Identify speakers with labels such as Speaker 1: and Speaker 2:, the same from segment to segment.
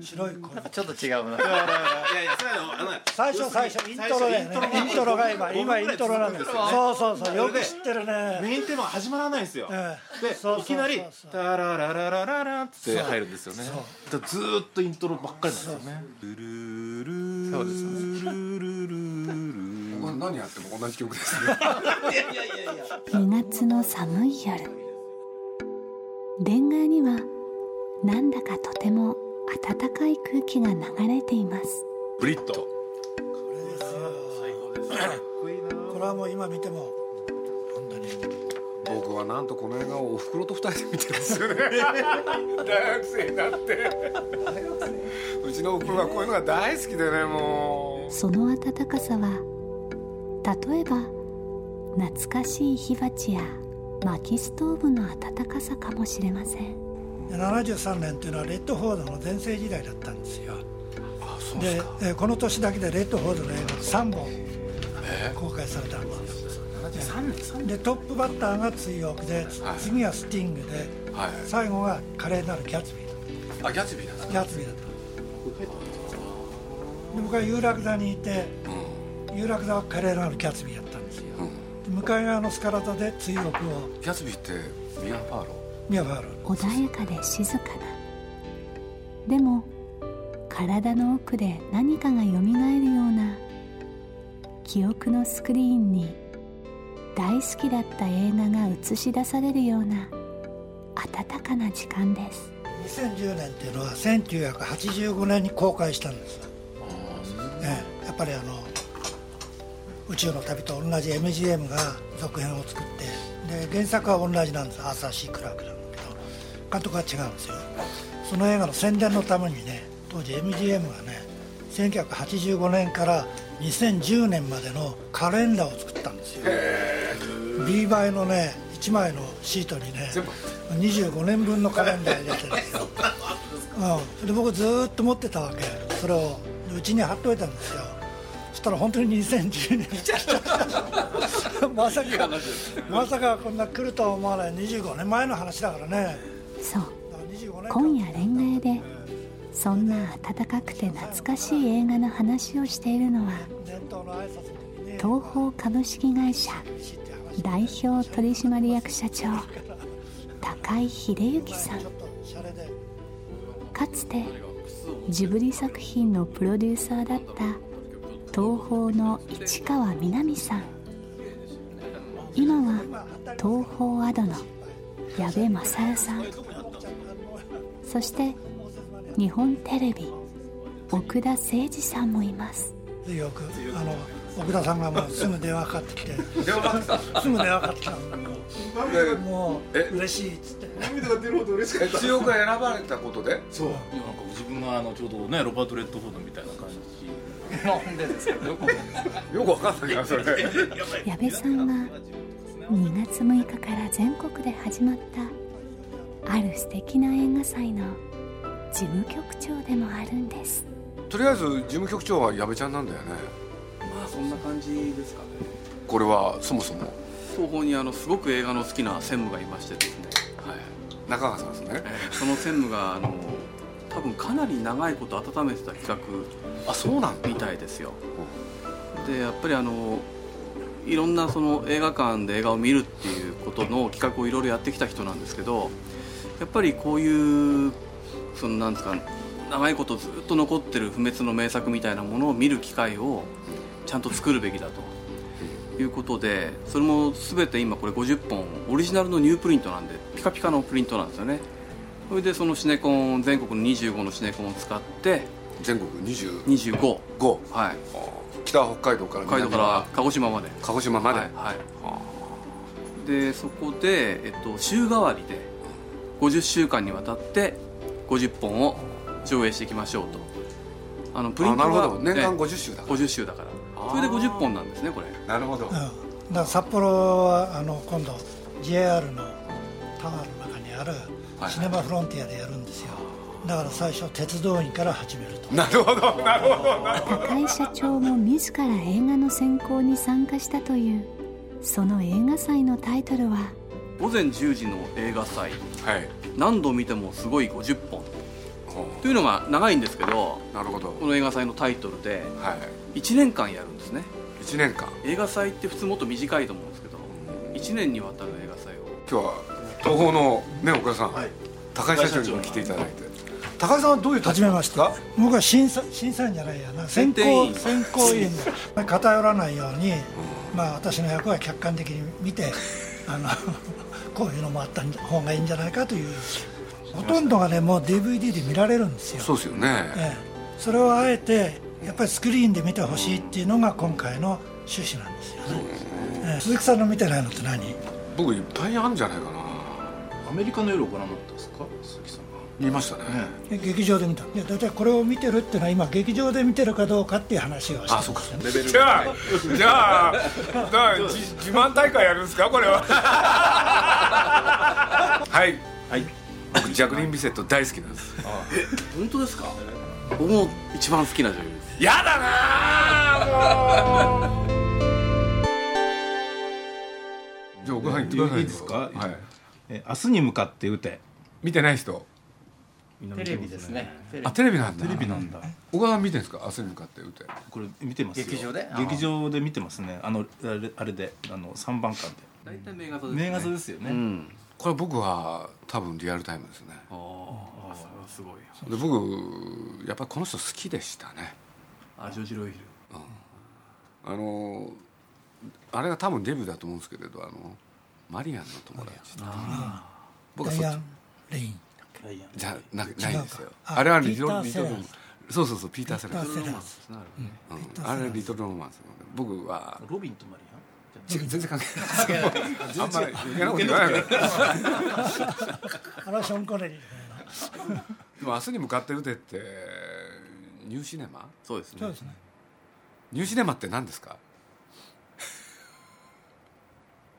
Speaker 1: 白い恋
Speaker 2: なんかちょっと違うな。
Speaker 3: いやいや、それはあの、
Speaker 1: 最初最初イントロだよねイントロが今今イントロなんだよそうそうそうよく知ってるね
Speaker 3: メインテーマ始まらないんですよ。
Speaker 1: ええ
Speaker 3: で
Speaker 1: そう
Speaker 3: い
Speaker 1: そうそうそう
Speaker 3: きなり「タララララララ」って入るんですよねだからずーっとイントロばっかりなんですよねルルルル
Speaker 2: そうです
Speaker 3: ルルルル
Speaker 4: これ何やっても同じ曲ですね
Speaker 5: 2月の寒い夜恋愛にはなんだかとても暖かい空気が流れています
Speaker 3: ブリット
Speaker 1: これはもう今見ても本当に
Speaker 4: 僕はなんとこの映画をおふくろと二人で見てるんです よね大学生になって うちのおふくろはこういうのが大好きでねも
Speaker 5: その暖かさは例えば懐かしい火鉢や薪ストーブの暖かさかもしれません
Speaker 1: で73年っていうのはレッドフォードの全盛時代だったんですよでえーこの年だけでレッドフォードの映画3本公開されたんですでトップバッターが追憶で次がスティングで
Speaker 4: うはい
Speaker 1: 最後が華麗なるギャツビーだ
Speaker 4: あギャツビーなんです
Speaker 1: ギャツビーだったで僕は有楽座にいて有楽座は華麗なるギャツビーやったんですよで向かい側のスカラ座で追憶を
Speaker 4: ギャツビーってミア・ファーロ
Speaker 1: ミアファール
Speaker 5: 穏やかで静かなでも体の奥で何かがよみがえるような記憶のスクリーンに大好きだった映画が映し出されるような温かな時間です
Speaker 1: 2010年っていうのは1985年に公開したんですよ、ええやっぱりあの宇宙の旅と同じ MGM が続編を作ってで原作は同じなんですアーサー・シー・クラークなんだけど監督は違うんですよその映画の宣伝のためにね当時 MGM がね1985年から2010年までのカレンダーを作ったんですよ B 倍のね1枚のシートにね25年分のカレンダー入れてるんですよ、うん、で僕ずーっと持ってたわけそれをでうちに貼っといたんですよそしたら本当に2010年 来ちゃったまさかまさかこんな来るとは思わない25年前の話だからね
Speaker 5: そう
Speaker 1: だから25年間
Speaker 5: 今夜恋愛でそんな温かくて懐かしい映画の話をしているのは
Speaker 1: 伝統の挨拶の時にね
Speaker 5: 東宝株式会社
Speaker 1: 知って話
Speaker 5: 代表取締役社長高井秀幸さん
Speaker 1: ちょっとシャレで
Speaker 5: かつてジブリ作品のプロデューサーだった東宝の市川みなみさん今は東宝アドの矢部勝代さんそして日本テレビ奥田誠二さんもいます
Speaker 1: よくあの奥田さんがもうすぐ電話かかってき てすぐ電話かかってきたのもうも
Speaker 4: え
Speaker 1: う嬉しいっつって
Speaker 4: ー必要が選ばれたことで
Speaker 3: そう
Speaker 2: な
Speaker 6: なんか自分があのちょうどねロバート・レッドフォードみたいな感じ
Speaker 2: んでですか。よくわかんない
Speaker 4: よくわかんないけど それ
Speaker 5: 矢部さんが2月6日から全国で始まったある素敵な映画祭の事務局長でもあるんです
Speaker 4: とりあえず事務局長は矢部ちゃんなんだよね
Speaker 7: まあそんな感じですかね
Speaker 4: これはそもそも
Speaker 7: 東方にあのすごく映画の好きな専務がいましてですね、はい
Speaker 4: 中川さんですね
Speaker 7: え ーその専務があの多分かなり長いこと温めてた企画
Speaker 4: あそうなんだ
Speaker 7: みたいですよでやっぱりあのいろんなその映画館で映画を見るっていうことの企画をいろいろやってきた人なんですけどやっぱりこういうそのなんですか長いことずっと残ってる不滅の名作みたいなものを見る機会をちゃんと作るべきだということでそれも全て今これ50本オリジナルのニュープリントなんでピカピカのプリントなんですよねそれでそのシネコン全国の25のシネコンを使って
Speaker 4: 全国25
Speaker 7: 25はい
Speaker 4: 北は北海道から
Speaker 7: 北海道
Speaker 4: 南
Speaker 7: から鹿児島まで
Speaker 4: 鹿児島まで、
Speaker 7: はいはい、でそこで、えっと、週替わりで50週間にわたって50本を上映していきましょうとあのプリ
Speaker 4: あ
Speaker 7: ント
Speaker 4: な
Speaker 7: が
Speaker 4: るほど年間
Speaker 7: ね
Speaker 4: 50週だから
Speaker 7: 50週だからそれで50本なんですねこれ
Speaker 4: なるほど、
Speaker 1: うん、だから札幌はあの今度 JR のタワーの中にあるシネマフロンティアでやるんですよだから最初鉄道員から始めると
Speaker 4: なるほどなるほど
Speaker 5: 高井社長も自ら映画の選考に参加したというその映画祭のタイトルは
Speaker 7: 午前10時の映画祭
Speaker 4: はい
Speaker 7: 何度見てもすごい50本
Speaker 4: ほ
Speaker 7: というのが長いんですけど
Speaker 4: うなるほど
Speaker 7: この映画祭のタイトルで
Speaker 4: はい
Speaker 7: 1年間やるんですね
Speaker 4: 1年間
Speaker 7: 映画祭って普通もっと短いと思うんですけど1年にわたる映画祭を
Speaker 4: 今日は東宝のね岡田さん、高井社長にも来ていただいて高井さんはどういう立
Speaker 1: 始
Speaker 4: 場
Speaker 1: め
Speaker 4: なん
Speaker 1: ま
Speaker 4: で
Speaker 1: し
Speaker 4: すか
Speaker 1: た僕は審査審査員じゃないやな
Speaker 7: 選
Speaker 1: 選
Speaker 7: 定
Speaker 1: 考
Speaker 7: 員
Speaker 1: 選考委員 だ偏らないように、まあ私の役は客観的に見 てあのこういうのもあった方がいいんじゃないかというほとんどがねもう DVD で見られるんですよ
Speaker 4: そうですよね、
Speaker 1: ええ、それをあえてやっぱりスクリーンで見てほしいっていうのが今回の趣旨なんですよね、ええ鈴木さんの見てないのって何
Speaker 4: 僕いっぱいあるんじゃないかな
Speaker 6: アメリカの夜をご覧になったんですか鈴木さんは
Speaker 4: 見ましたね
Speaker 1: え劇場で見たいや大体これを見てるっていうのは今劇場で見てるかどうかっていう話をしてるんですよね
Speaker 4: じゃあじゃあ自慢大会やるんですかこれは はい
Speaker 6: はい
Speaker 4: 僕ジャクリン・ビセット大好きなんです
Speaker 7: 本当ですか僕も一番好きな女優です
Speaker 4: やだなあもうじゃあ奥さん行ってください
Speaker 6: いいですか
Speaker 4: はい
Speaker 6: え明日に向かって打て
Speaker 4: 見てない人
Speaker 2: テレビですねテレビ
Speaker 4: あテレビなんだ
Speaker 6: テレビなんだ
Speaker 4: 小川さん見てるんですか明日に向かって打て
Speaker 6: これ見てますよ
Speaker 2: 劇場で
Speaker 6: 劇場で見てますねあのあれあれであの三番館
Speaker 7: 大体名画座
Speaker 6: で名画座ですよ
Speaker 7: う
Speaker 6: ね
Speaker 7: ん
Speaker 4: これ僕は多分リアルタイムですね
Speaker 7: ああそれはすごい
Speaker 4: で僕やっぱりこの人好きでしたね
Speaker 7: あジョージ・ロイヒル
Speaker 4: あのあれが多分デビューだと思うんですけれどあのマリアンの友達僕
Speaker 1: ダ
Speaker 4: はそ
Speaker 1: イ
Speaker 4: っ
Speaker 1: ア
Speaker 4: ち
Speaker 1: ン・レイン
Speaker 4: じゃなないんですよ
Speaker 1: あ
Speaker 4: あれは
Speaker 1: ピ
Speaker 4: リ
Speaker 1: ーター
Speaker 4: トルリトル
Speaker 1: セラーズ
Speaker 4: そうそうそうピーター・セラーズ
Speaker 1: セラーズ
Speaker 7: なる
Speaker 4: うん
Speaker 1: ピーターセラー
Speaker 4: あ
Speaker 1: ズ
Speaker 4: れはリトルロマンスなので僕は
Speaker 6: ロビンとマリアン
Speaker 4: ち全然関係ないですあんまり余計なこと言わないから
Speaker 1: あれはショーン・コネリーだね
Speaker 4: でも明日に向かって打てってニューシネマ
Speaker 7: そうです
Speaker 1: そう
Speaker 7: ね
Speaker 1: ですね
Speaker 4: ニューシネマって何ですか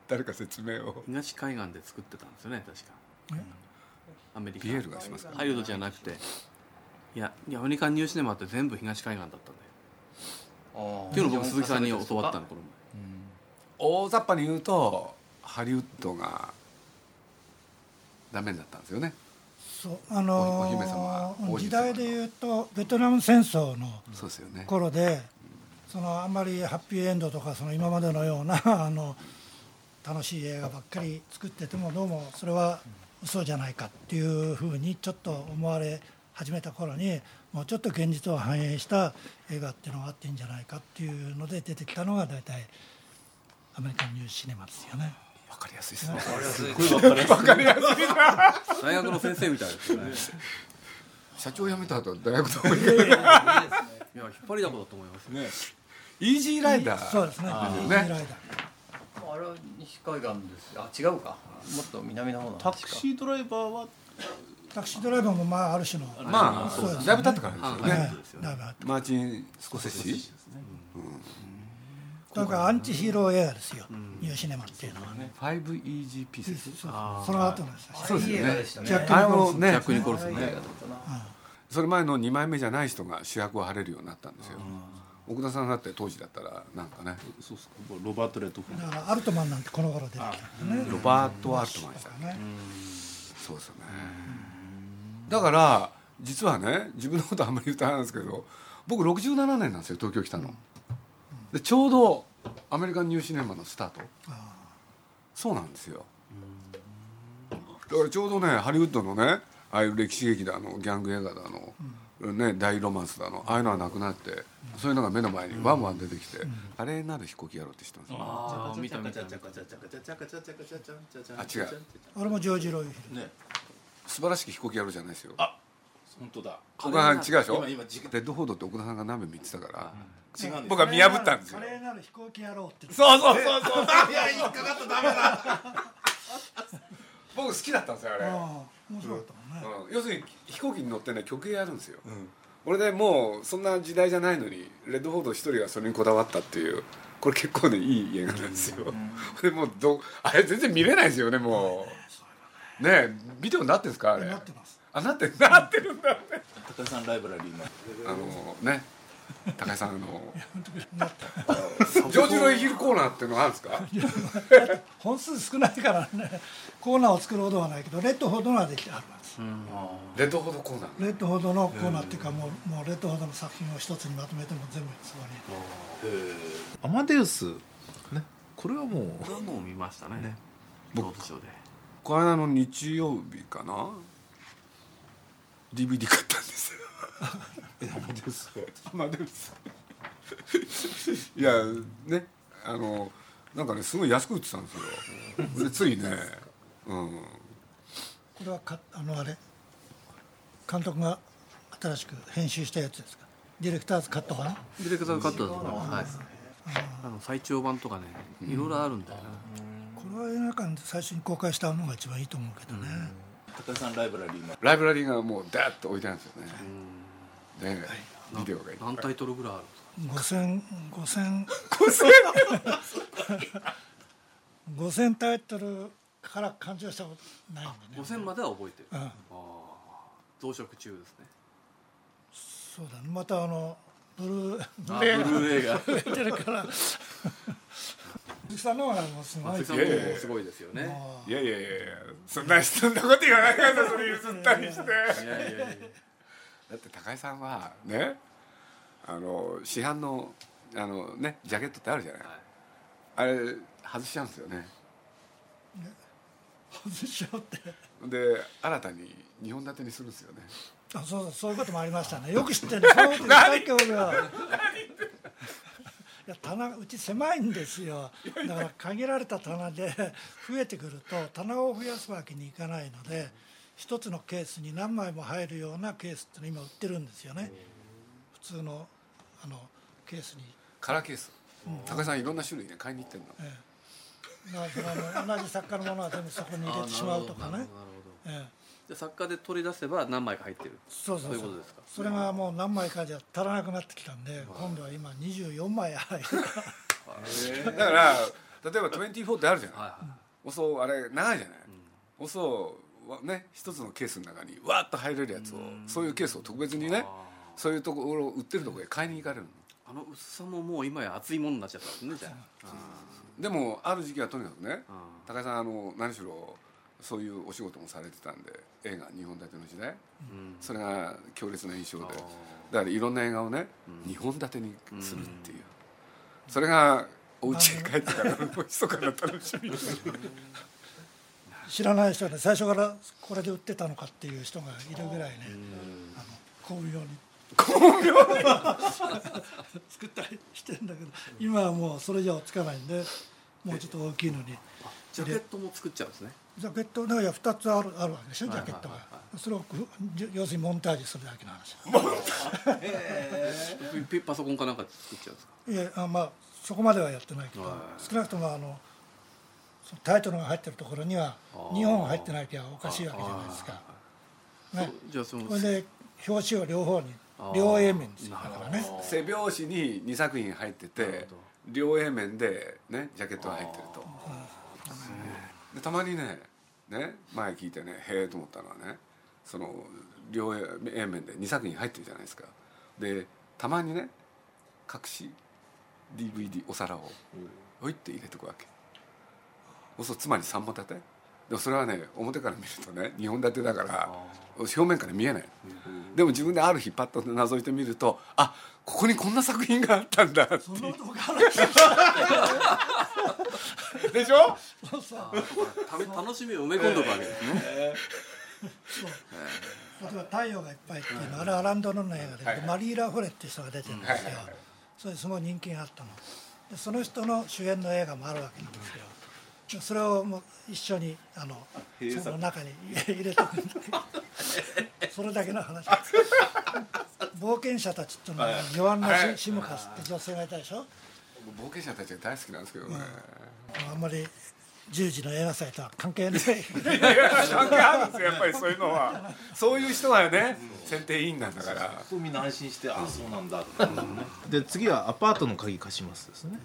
Speaker 4: 誰か説明を
Speaker 7: 東海岸で作ってたんですよね確かアメリカ
Speaker 4: ビエールがしますか
Speaker 7: ハリウッドじゃなくていやいやアメリカンニューシネマって全部東海岸だったんだよっていうのを僕鈴木さんに教わったのこの
Speaker 4: 大雑把に言うとハリウッドがダメになったんですよね
Speaker 1: そうあのー
Speaker 4: お姫様王子様
Speaker 1: 時代でいうとベトナム戦争の
Speaker 4: そうですよね
Speaker 1: 頃でそのあんまりハッピーエンドとかその今までのような あの楽しい映画ばっかり作っててもどうもそれは嘘じゃないかっていうふうにちょっと思われ始めた頃にもうちょっと現実を反映した映画っていうのがあっていいんじゃないかっていうので出てきたのが大体アメリカンニューシネマですよね。
Speaker 4: わかりやすいですね
Speaker 7: 大学の先生みたいですよね
Speaker 4: 社長辞めた後大学とも行く
Speaker 7: いや引っ張りだこだと思いますね
Speaker 4: イージーライダ ー
Speaker 1: そうですね。
Speaker 4: ー
Speaker 1: イージーライダー
Speaker 2: あれは西海岸ですあ違うかもっと南の方の
Speaker 6: タ
Speaker 2: 話
Speaker 6: ク
Speaker 2: か
Speaker 6: シードライバーは
Speaker 1: タクシードライバーもまあある種の、ね、
Speaker 4: まあ
Speaker 1: そうですね
Speaker 4: だいぶ経ってからですよ
Speaker 7: は
Speaker 4: ね
Speaker 7: いそうですよね
Speaker 1: だいぶあって
Speaker 4: マーチン・スコセッシ
Speaker 1: だからアンチヒーロー映画ですよ、ニューシネマっていうのはね。
Speaker 4: 5EGP です
Speaker 1: そうそうその後のですね
Speaker 4: そうです
Speaker 2: いい
Speaker 4: よ
Speaker 2: 映画でしたね
Speaker 1: ジャック
Speaker 4: あれも
Speaker 7: ジ
Speaker 4: ね
Speaker 7: ャック・ニコルソン
Speaker 2: いい映
Speaker 7: ね
Speaker 2: 画だったな
Speaker 4: それ前の2枚目じゃない人が主役を張れるようになったんですよ奥田さんだって当時だったらなんかね
Speaker 6: そうっすかロバート・レッドフォー
Speaker 1: だからアルトマンなんてこの頃出てきたからね。
Speaker 4: ロバート・アルトマンでした
Speaker 1: だからね
Speaker 4: そうですよねだから実はね自分のことあんまり言ったらあれなんですけど僕67年なんですよ東京来たの、でちょうどアメリカンニューシネマのスタートそうなんですよだからちょうどねハリウッドのねああいう歴史劇だのギャング映画だの、ね、大ロマンスだのああいうのはなくなって、そういうのが目の前にワンワン出てきて「華麗なる飛行機野郎」って知ってます、
Speaker 7: ああ見た見た見た
Speaker 4: あ違う
Speaker 1: 俺もジョージ・ロイヒ
Speaker 4: 素晴らしき飛行機野郎じゃないですよ
Speaker 6: 本当だ
Speaker 4: 小川さん違うでしょ
Speaker 6: 今今時間
Speaker 4: レッドフォードって奥田さんが鍋見てたから、
Speaker 6: 違うんです
Speaker 4: 僕は見破ったんですよ
Speaker 1: 華麗なる飛行機野郎って
Speaker 4: そうそうそうそういや引っかかったダメだ僕好きだったんですよあれ、
Speaker 1: ああ面白かったもんね、
Speaker 4: うん要するに飛行機に乗ってね曲芸やるんですよ、俺ねもうそんな時代じゃないのにレッドフォード一人がそれにこだわったっていうこれ結構ねいい映画なんですよ、でもうどあれ全然見れないですよねもうねえビデオになってんですかあれ
Speaker 1: なってます
Speaker 4: あなってなってるんだ
Speaker 6: 高井さんライブラリーの
Speaker 4: あのね高井さんあのジョージ・ロイヒルコーナーっていうのがあるんですか
Speaker 1: 本数少ないからねコーナーを作るほどはないけどレッドほどはできてあるんです、
Speaker 4: レッドフォードコーナー
Speaker 1: レッドほどのコーナーっていうかもうもうレッドほどの作品を一つにまとめても全部そこに
Speaker 3: アマデウスねこれはもう
Speaker 7: これはもう見ましたねねロードショーで
Speaker 4: この間の日曜日かな DVD 買ったんですよアマデウス いやねあのなんかねすごい安く売ってたんですよでついねうん
Speaker 1: これはかあのあれ監督が新しく編集したやつですかディレクターズカットかな
Speaker 7: ディレクターカットだと思います、はい、あの最長版とかねいろいろあるんだよな、
Speaker 1: これは映画館で最初に公開したのが一番いいと思うけどね、
Speaker 6: 高井さんライブラリーの
Speaker 4: ライブラリーがもうダーッと置いてあるんですよねねビデオがいっぱい
Speaker 7: 何タイトルぐらいあるんですか
Speaker 1: 5000 5000 5000タイトルから勘定したことないんでね
Speaker 7: 5000までは覚えてる、
Speaker 1: うん
Speaker 7: ああ増殖中です
Speaker 1: そ
Speaker 7: ね
Speaker 1: うだねまたあのブルー
Speaker 7: あブルー映画
Speaker 1: 出 てるから鈴木さんの方がもうすごい
Speaker 7: 松井さんもすごいですよね
Speaker 4: いやいやいやいやそんなそんなこと言わないからそれ譲ったりして
Speaker 7: いやいやいや
Speaker 4: だって高井さんはねあの市販のあのねジャケットってあるじゃない、あれ外しちゃうんですよね
Speaker 1: 外しちゃうって
Speaker 4: で新たに2本立てにするんですよね
Speaker 1: あそうだそういうこともありましたねよく知ってるそういうこと言ったっけ俺はいや棚うち狭いんですよだから限られた棚で増えてくると棚を増やすわけにいかないので一つのケースに何枚も入るようなケースっていうのを今売ってるんですよね普通のあのケースに
Speaker 4: カラーケース高井さんいろんな種類ね買いに行ってんの、
Speaker 1: なそのあの同じ作家のものは全部そこに入れてしまうとかねええ
Speaker 7: じゃあ作家で取り出せば何枚か入ってる
Speaker 1: そうそうそう
Speaker 7: そういうことですか
Speaker 1: それがもう何枚かじゃ足らなくなってきたんで今度は今24枚入る
Speaker 4: だから例えば24ってあるじゃない、おそうあれ長いじゃない、おそうはね一つのケースの中にわーっと入れるやつを、そういうケースを特別にねそういうところ売ってるところへ買いに行かれるの
Speaker 7: あの薄さももう今や熱いものになっちゃったんですねじゃあ
Speaker 4: でもある時期はとにかくね、高井さんあの何しろそういうお仕事もされてたんで映画日本立ての時代、それが強烈な印象でだからいろんな映画をね、日本立てにするっていう、それがお家へ帰ってからの密かな楽しみ
Speaker 1: 知らない人はね最初からこれで売ってたのかっていう人がいるぐらいねあの巧妙に巧妙に作ったりしてんだけど今はもうそれじゃつかないんでもうちょっと大きいのに
Speaker 7: ジャケットも作っちゃうんですね
Speaker 1: ジャケットだから2つあるあるわけでしょジャケットがそれをくじ要するにモンタージュするだけの話
Speaker 7: ピパソコンかなんかで作っちゃうんですか
Speaker 1: いやあまあそこまではやってないけど少なくともあのそのタイトルが入ってるところには2本入ってなきゃおかしいわけじゃないですかね
Speaker 7: じゃあその
Speaker 1: これで表紙を両方に両 A 面ですよだからね
Speaker 4: 背表紙に2作品入ってて両 A 面で、ね、ジャケットが入ってるとでたまにねね前聞いてねへえと思ったのはねその両 A 面で2作品入ってるじゃないですかでたまにね隠し DVD お皿をおいって入れとくわけおそうつまり3本立てでもそれはね表から見るとね2本立てだから表面から見えないでも自分である日パッと覗いてみるとあここにこんな作品があったんだっていうでしょ
Speaker 7: ため楽しみを埋め込んどくわけですね
Speaker 1: 例えば「太陽がいっぱい」っていうのあれアランドロンの映画で、マリー・ラ・フォレっていう人が出てるんですよ、それですごい人気があったのでその人の主演の映画もあるわけなんですよでそれ をもう一緒にあのその中に入れとくんでそれだけの 話冒険者たちっていうのはヨアンナ・シシムカスって女性がいたでしょ
Speaker 4: 冒険者たちが大好きなんですけどね、
Speaker 1: あんまり10時の映画祭とは関係 ない
Speaker 4: 関係あるんですよやっぱりそういうのはそういう人がね選定委員なんだから
Speaker 6: とみんな安心して、あ、そうなんだっていうね。
Speaker 8: で次はアパートの鍵貸しますですね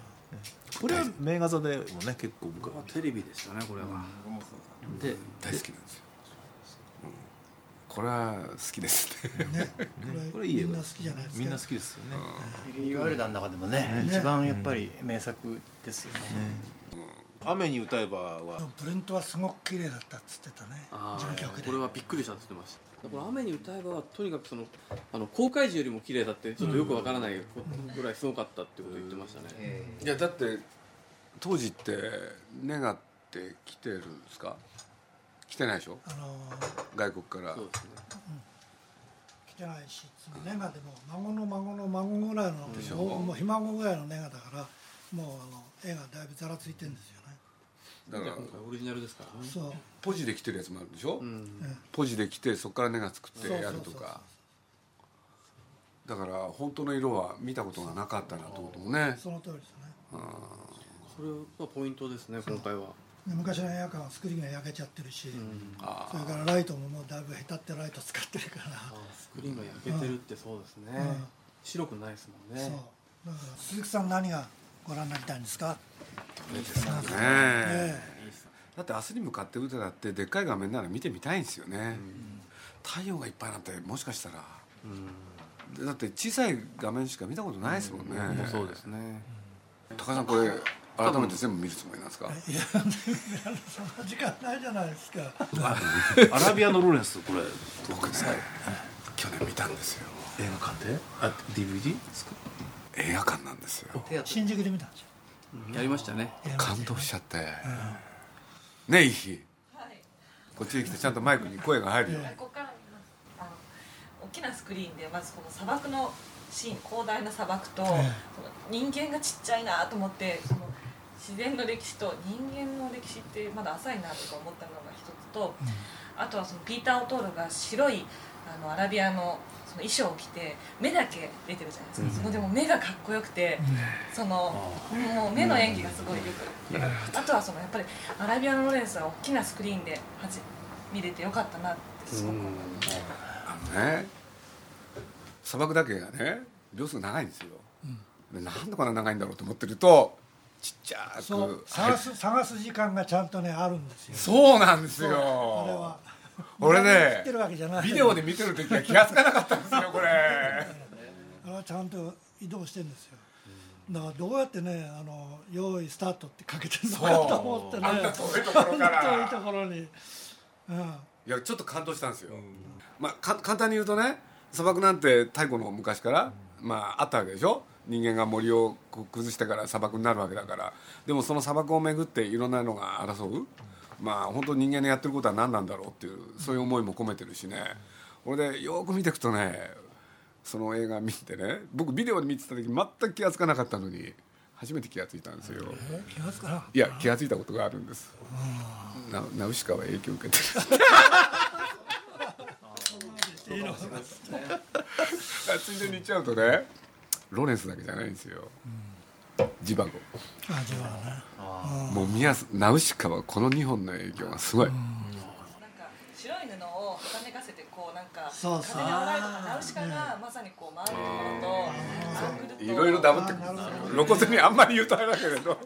Speaker 8: これは名画座でもね結構僕は
Speaker 7: テレビでしたねこれは、で
Speaker 4: 大好きなんですよ、うんこれは好きですね
Speaker 8: これいい映
Speaker 1: みん
Speaker 8: 画で
Speaker 1: な好
Speaker 8: す
Speaker 1: きじゃないですか
Speaker 8: みんな好きですよね
Speaker 2: いわゆるの中でもね一番やっぱり名作ですよね
Speaker 6: 雨に歌えばは。
Speaker 1: プリントはすごく綺麗だったっつってたね
Speaker 7: あ
Speaker 1: 事
Speaker 7: ー
Speaker 1: 務局で
Speaker 7: これはびっくりしたって言ってましたこれ雨に歌えばはとにかくそのあの公開時よりも綺麗だってちょっとよくわからないぐらいすごかったってこと言ってましたね、
Speaker 4: いやだって当時ってネガって来てるんですか来てないでしょ
Speaker 1: あの
Speaker 4: 外国から
Speaker 7: そうですね
Speaker 1: 来てないしネガでも孫の孫の孫ぐらいの
Speaker 4: しょ
Speaker 1: もうもうひ孫ぐらいのネガだからもうあの絵がだいぶざらついてるんですよね
Speaker 4: だから
Speaker 7: 今回オリジナルですからね
Speaker 1: そう
Speaker 4: ポジで来てるやつもあるでしょ、
Speaker 7: うん
Speaker 4: ポジで来てそこからネガ作って
Speaker 1: そうそう
Speaker 4: やるとかだから本当の色は見たことがなかったなと思ってもね
Speaker 1: その通りですね
Speaker 7: それはポイントですね今回は
Speaker 1: で昔の映画館はスクリーンが焼けちゃってるし、
Speaker 4: あ
Speaker 1: それからライトももうだいぶへたってライト使ってるから、
Speaker 7: スクリーンが焼けてるってそうですね、
Speaker 1: うん
Speaker 7: 白くないですもん
Speaker 1: そう
Speaker 7: ね
Speaker 1: だから鈴木さん何がご覧になりたいんですか
Speaker 4: ねえ
Speaker 1: え
Speaker 4: だって明日に向かって打てだってでっかい画面なら見てみたいんですよね、太陽がいっぱいなんてもしかしたら、でだって小さい画面しか見たことないですもんね、
Speaker 7: もうそうですね
Speaker 4: 高井さんこれ改めて全部見るつもりなんですか
Speaker 1: いや そんな時間ないじゃないですか
Speaker 6: アラビアのローレンスこれ。
Speaker 4: 僕ね去年見たんですよ
Speaker 6: 映画館であ DVD ですか
Speaker 4: 映画館なんですよ
Speaker 1: 新宿で見たんですよ
Speaker 7: やりましたね
Speaker 4: 感動しちゃって、ねえイヒこっちに来てちゃんとマイクに声が入るよ、
Speaker 9: ここから見ますあの大きなスクリーンでまずこの砂漠のシーン広大な砂漠と、その人間がちっちゃいなと思ってその自然の歴史と人間の歴史ってまだ浅いなとか思ったのが一つと、あとはそのピーター・オトールが白いあのアラビアのその衣装を着て目だけ出てるじゃないですか、そのでも目がかっこよくて、そのもう目の演技がすごいよく、あとはそのやっぱりアラビアのロレンスは大きなスクリーンではじ見れてよかったなってすごく思います。
Speaker 4: あのね砂漠だけがね秒数が長いんですよ、でなんでこんな長いんだろうと思ってるとちっちゃく
Speaker 1: そう
Speaker 4: 入
Speaker 1: 探
Speaker 4: っ
Speaker 1: す探す時間がちゃんとねあるんですよ
Speaker 4: そうなんですよ
Speaker 1: これは
Speaker 4: 俺
Speaker 1: 誰も知
Speaker 4: ね
Speaker 1: ってるわけじゃない
Speaker 4: ビデオで見てる時は気が付かなかったんですよこれ
Speaker 1: あれはちゃんと移動してるんですよだからどうやってねあの用意スタートってかけてるのかと思ってね
Speaker 4: あんな遠いところか
Speaker 1: 遠いと
Speaker 4: ら
Speaker 1: ころに、うん、
Speaker 4: いやちょっと感動したんですよ、まあ、か簡単に言うとね砂漠なんて太古の昔から、まあ、あったわけでしょ人間が森をこう崩してから砂漠になるわけだからでもその砂漠を巡っていろんなのが争う、まあ本当人間のやってることは何なんだろうっていうそういう思いも込めてるしねこれでよく見ていくとねその映画見てね僕ビデオで見てた時全く気が付かなかったのに初めて気が付いたんですよ。
Speaker 1: 気が付かなかった
Speaker 4: いや気が付いたことがあるんです。なナウシカは影響を受けてる。ついでに言っちゃうとね、ロレンスだけじゃないんですよ。ジバゴ。
Speaker 1: あ自分はね
Speaker 4: もうミヤスナウシカはこの2本の影響がすごい。
Speaker 9: なんか白い布をはためかせてこうなんか
Speaker 1: そうそう
Speaker 9: 風が洗いとかナウシカがまさにこう回るところとアングルと
Speaker 4: いろいろダブってくる。露骨にあんまり言うとあれだけれど。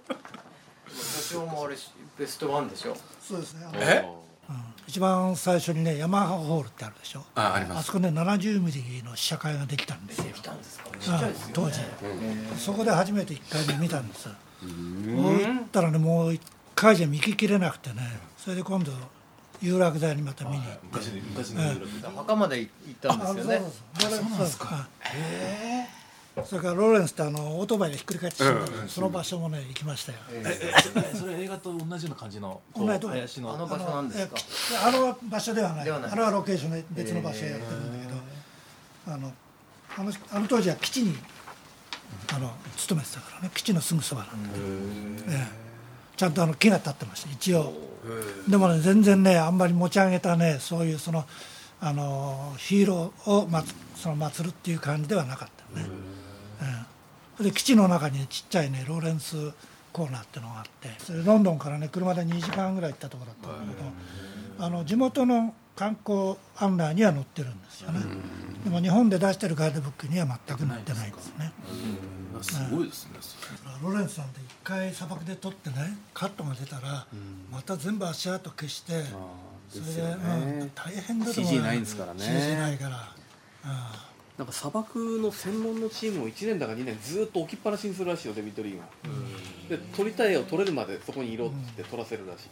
Speaker 2: 社長もあれベストワンでしょ
Speaker 1: そうですねあの
Speaker 4: え？
Speaker 1: 一番最初にねヤマハホールってあるでしょ
Speaker 4: あありま
Speaker 1: あ
Speaker 4: す
Speaker 1: そ。こで70ミリの試写会ができたんですよ
Speaker 2: たんですか
Speaker 1: うん当時そこで初めて1回目見たんですもう行ったらねもう1回じゃ見ききれなくてねそれで今度有楽座にまた見に行って
Speaker 6: 昔の昔の映画館
Speaker 2: 墓まで行ったんですよね
Speaker 1: そうそうそうそうですかそれからローレンスってあのオートバイでひっくり返って死んだのその場所もね行きましたよ
Speaker 6: えそれ映画と同じような感じのこう
Speaker 1: 同じとこ
Speaker 6: 林
Speaker 2: あ
Speaker 6: の
Speaker 2: の場所なんですか
Speaker 1: えあの場所ではない
Speaker 2: ではない
Speaker 1: あれはロケーションで別の場所でやってるんだけど、あのあのあの当時は基地にあの勤めてたからね基地のすぐそばなんで、ええちゃんとあの木が立ってました一応でもね全然ねあんまり持ち上げたねそういうそのあのヒーローをまつその祀るっていう感じではなかったね、うん、で基地の中にちっちゃいねローレンスコーナーってのがあってそれロンドンからね車で2時間ぐらい行ったところだったんだけど、あの地元の観光案内には載ってるんですよね、でも日本で出してるガイドブックには全く載ってないですね
Speaker 6: すごいですね
Speaker 1: ロレンスさんって一回砂漠で撮ってねカットが出たら、また全部足跡消してそれで、うん、大変だと思う
Speaker 10: CG ないんですからね
Speaker 1: CG ないから、
Speaker 7: なんか砂漠の専門のチームを1年だか2年ずーっと置きっぱなしにするらしいのでビトリーがで撮りたい絵を撮れるまでそこにいろって撮らせるらし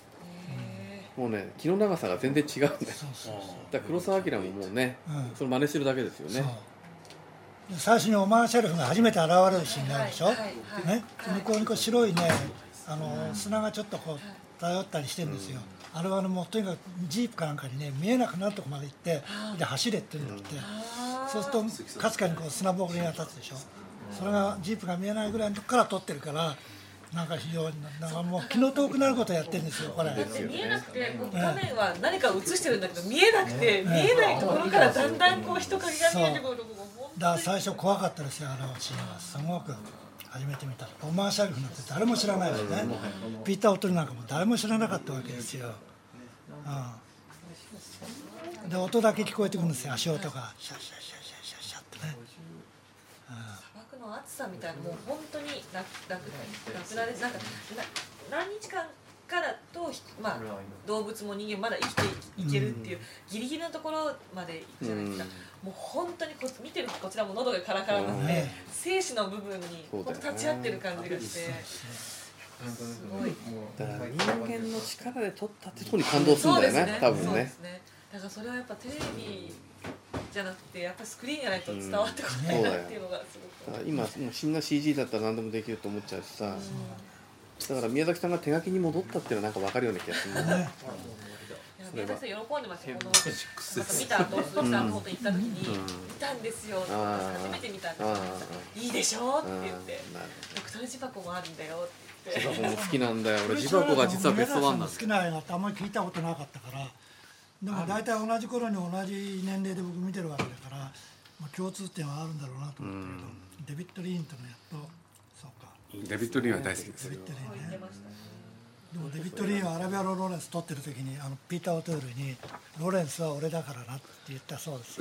Speaker 7: い、もうね気の長さが全然違うんだよ
Speaker 1: そうそうそう
Speaker 7: だから黒澤明ももうね、
Speaker 1: うん
Speaker 7: それ真似してるだけですよね
Speaker 1: そうで最初にオマーンシェルフが初めて現れるシーンがあるでしょ、
Speaker 9: はいはいはい
Speaker 1: ね、向こうにこう白いねあの砂がちょっとこう漂ったりしてるんですよ、あれはあのもうとにかくジープかなんかにね見えなくなるとこまで行ってで走れって言うんだってそうするとかすかにこう砂ぼこりが立つでしょそれがジープが見えないぐらいのとこから撮ってるからなんか非常になんかもう気の遠くなることやってるんですよこれ。
Speaker 9: 見えなくて、こう画面は何かを映してるんだけど、見えなくて、見えないところからだんだんこう人影が見えてくるところも。
Speaker 1: だから最初怖かったですよあのシーンはすごく初めて見たロマンシャルフなんて誰も知らないわねピーター・オトルなんかも誰も知らなかったわけですよ、うん、で音だけ聞こえてくるんですよ足音がシャシャシャシャシャシャってね
Speaker 9: 砂漠の暑さみたいな、もう本当にななくなくなれ、なんか、な何日間。からと、ひまあ、動物も人間まだ生きていいけるっていう、ギリギリのところまで行くじゃないですか。もう本当にこ、見てるこちらも喉がカラカラなんで
Speaker 1: ね、
Speaker 9: 生死の部分に、
Speaker 7: そうだよね
Speaker 9: 立ち会ってる感じがして。すごい。
Speaker 7: だから人間の力で撮ったってとこに感動するんだよね多分
Speaker 9: そうで
Speaker 7: ね
Speaker 9: すねだからそれはやっぱテレビじゃなくてやっぱスクリーンじゃないと伝わってこないなっていうのがすご
Speaker 7: だ
Speaker 9: く、
Speaker 7: から今もう死んだ CG だったら何でもできると思っちゃうしさだから宮崎さんが手書きに戻ったっていうのはなんか分かるような気がするな
Speaker 9: いや宮崎さん喜んでましたよこのなんか見た後鈴木さんの方と行った時に「見たんですよ」って
Speaker 7: あー
Speaker 9: 初めて見たんです
Speaker 7: あ
Speaker 9: よ
Speaker 7: あ
Speaker 9: いいでしょ?」って
Speaker 7: うんな
Speaker 9: 言
Speaker 7: る
Speaker 9: って「ドクトルジバコもあるんだよ」って
Speaker 7: ジバ
Speaker 9: 言って
Speaker 7: コも好きなんだよ俺ジバコが実はベストワンなん
Speaker 1: 好
Speaker 7: です
Speaker 1: きな映画ってあんまり聞いたことなかったからでも大体同じ頃に同じ年齢で僕見てるわけだから、まあ、共通点はあるんだろうなと思ったけどデビッド・リーンとのやっとそうか
Speaker 4: デビッド・リーンは大好きです
Speaker 1: デビ
Speaker 4: よ
Speaker 1: ッド・リーンね
Speaker 9: 言ってました
Speaker 1: でもデビッド・リーンはアラビア・ローレンス撮ってる時にあのピーター・オトゥールに「ローレンスは俺だからな」って言ったそうです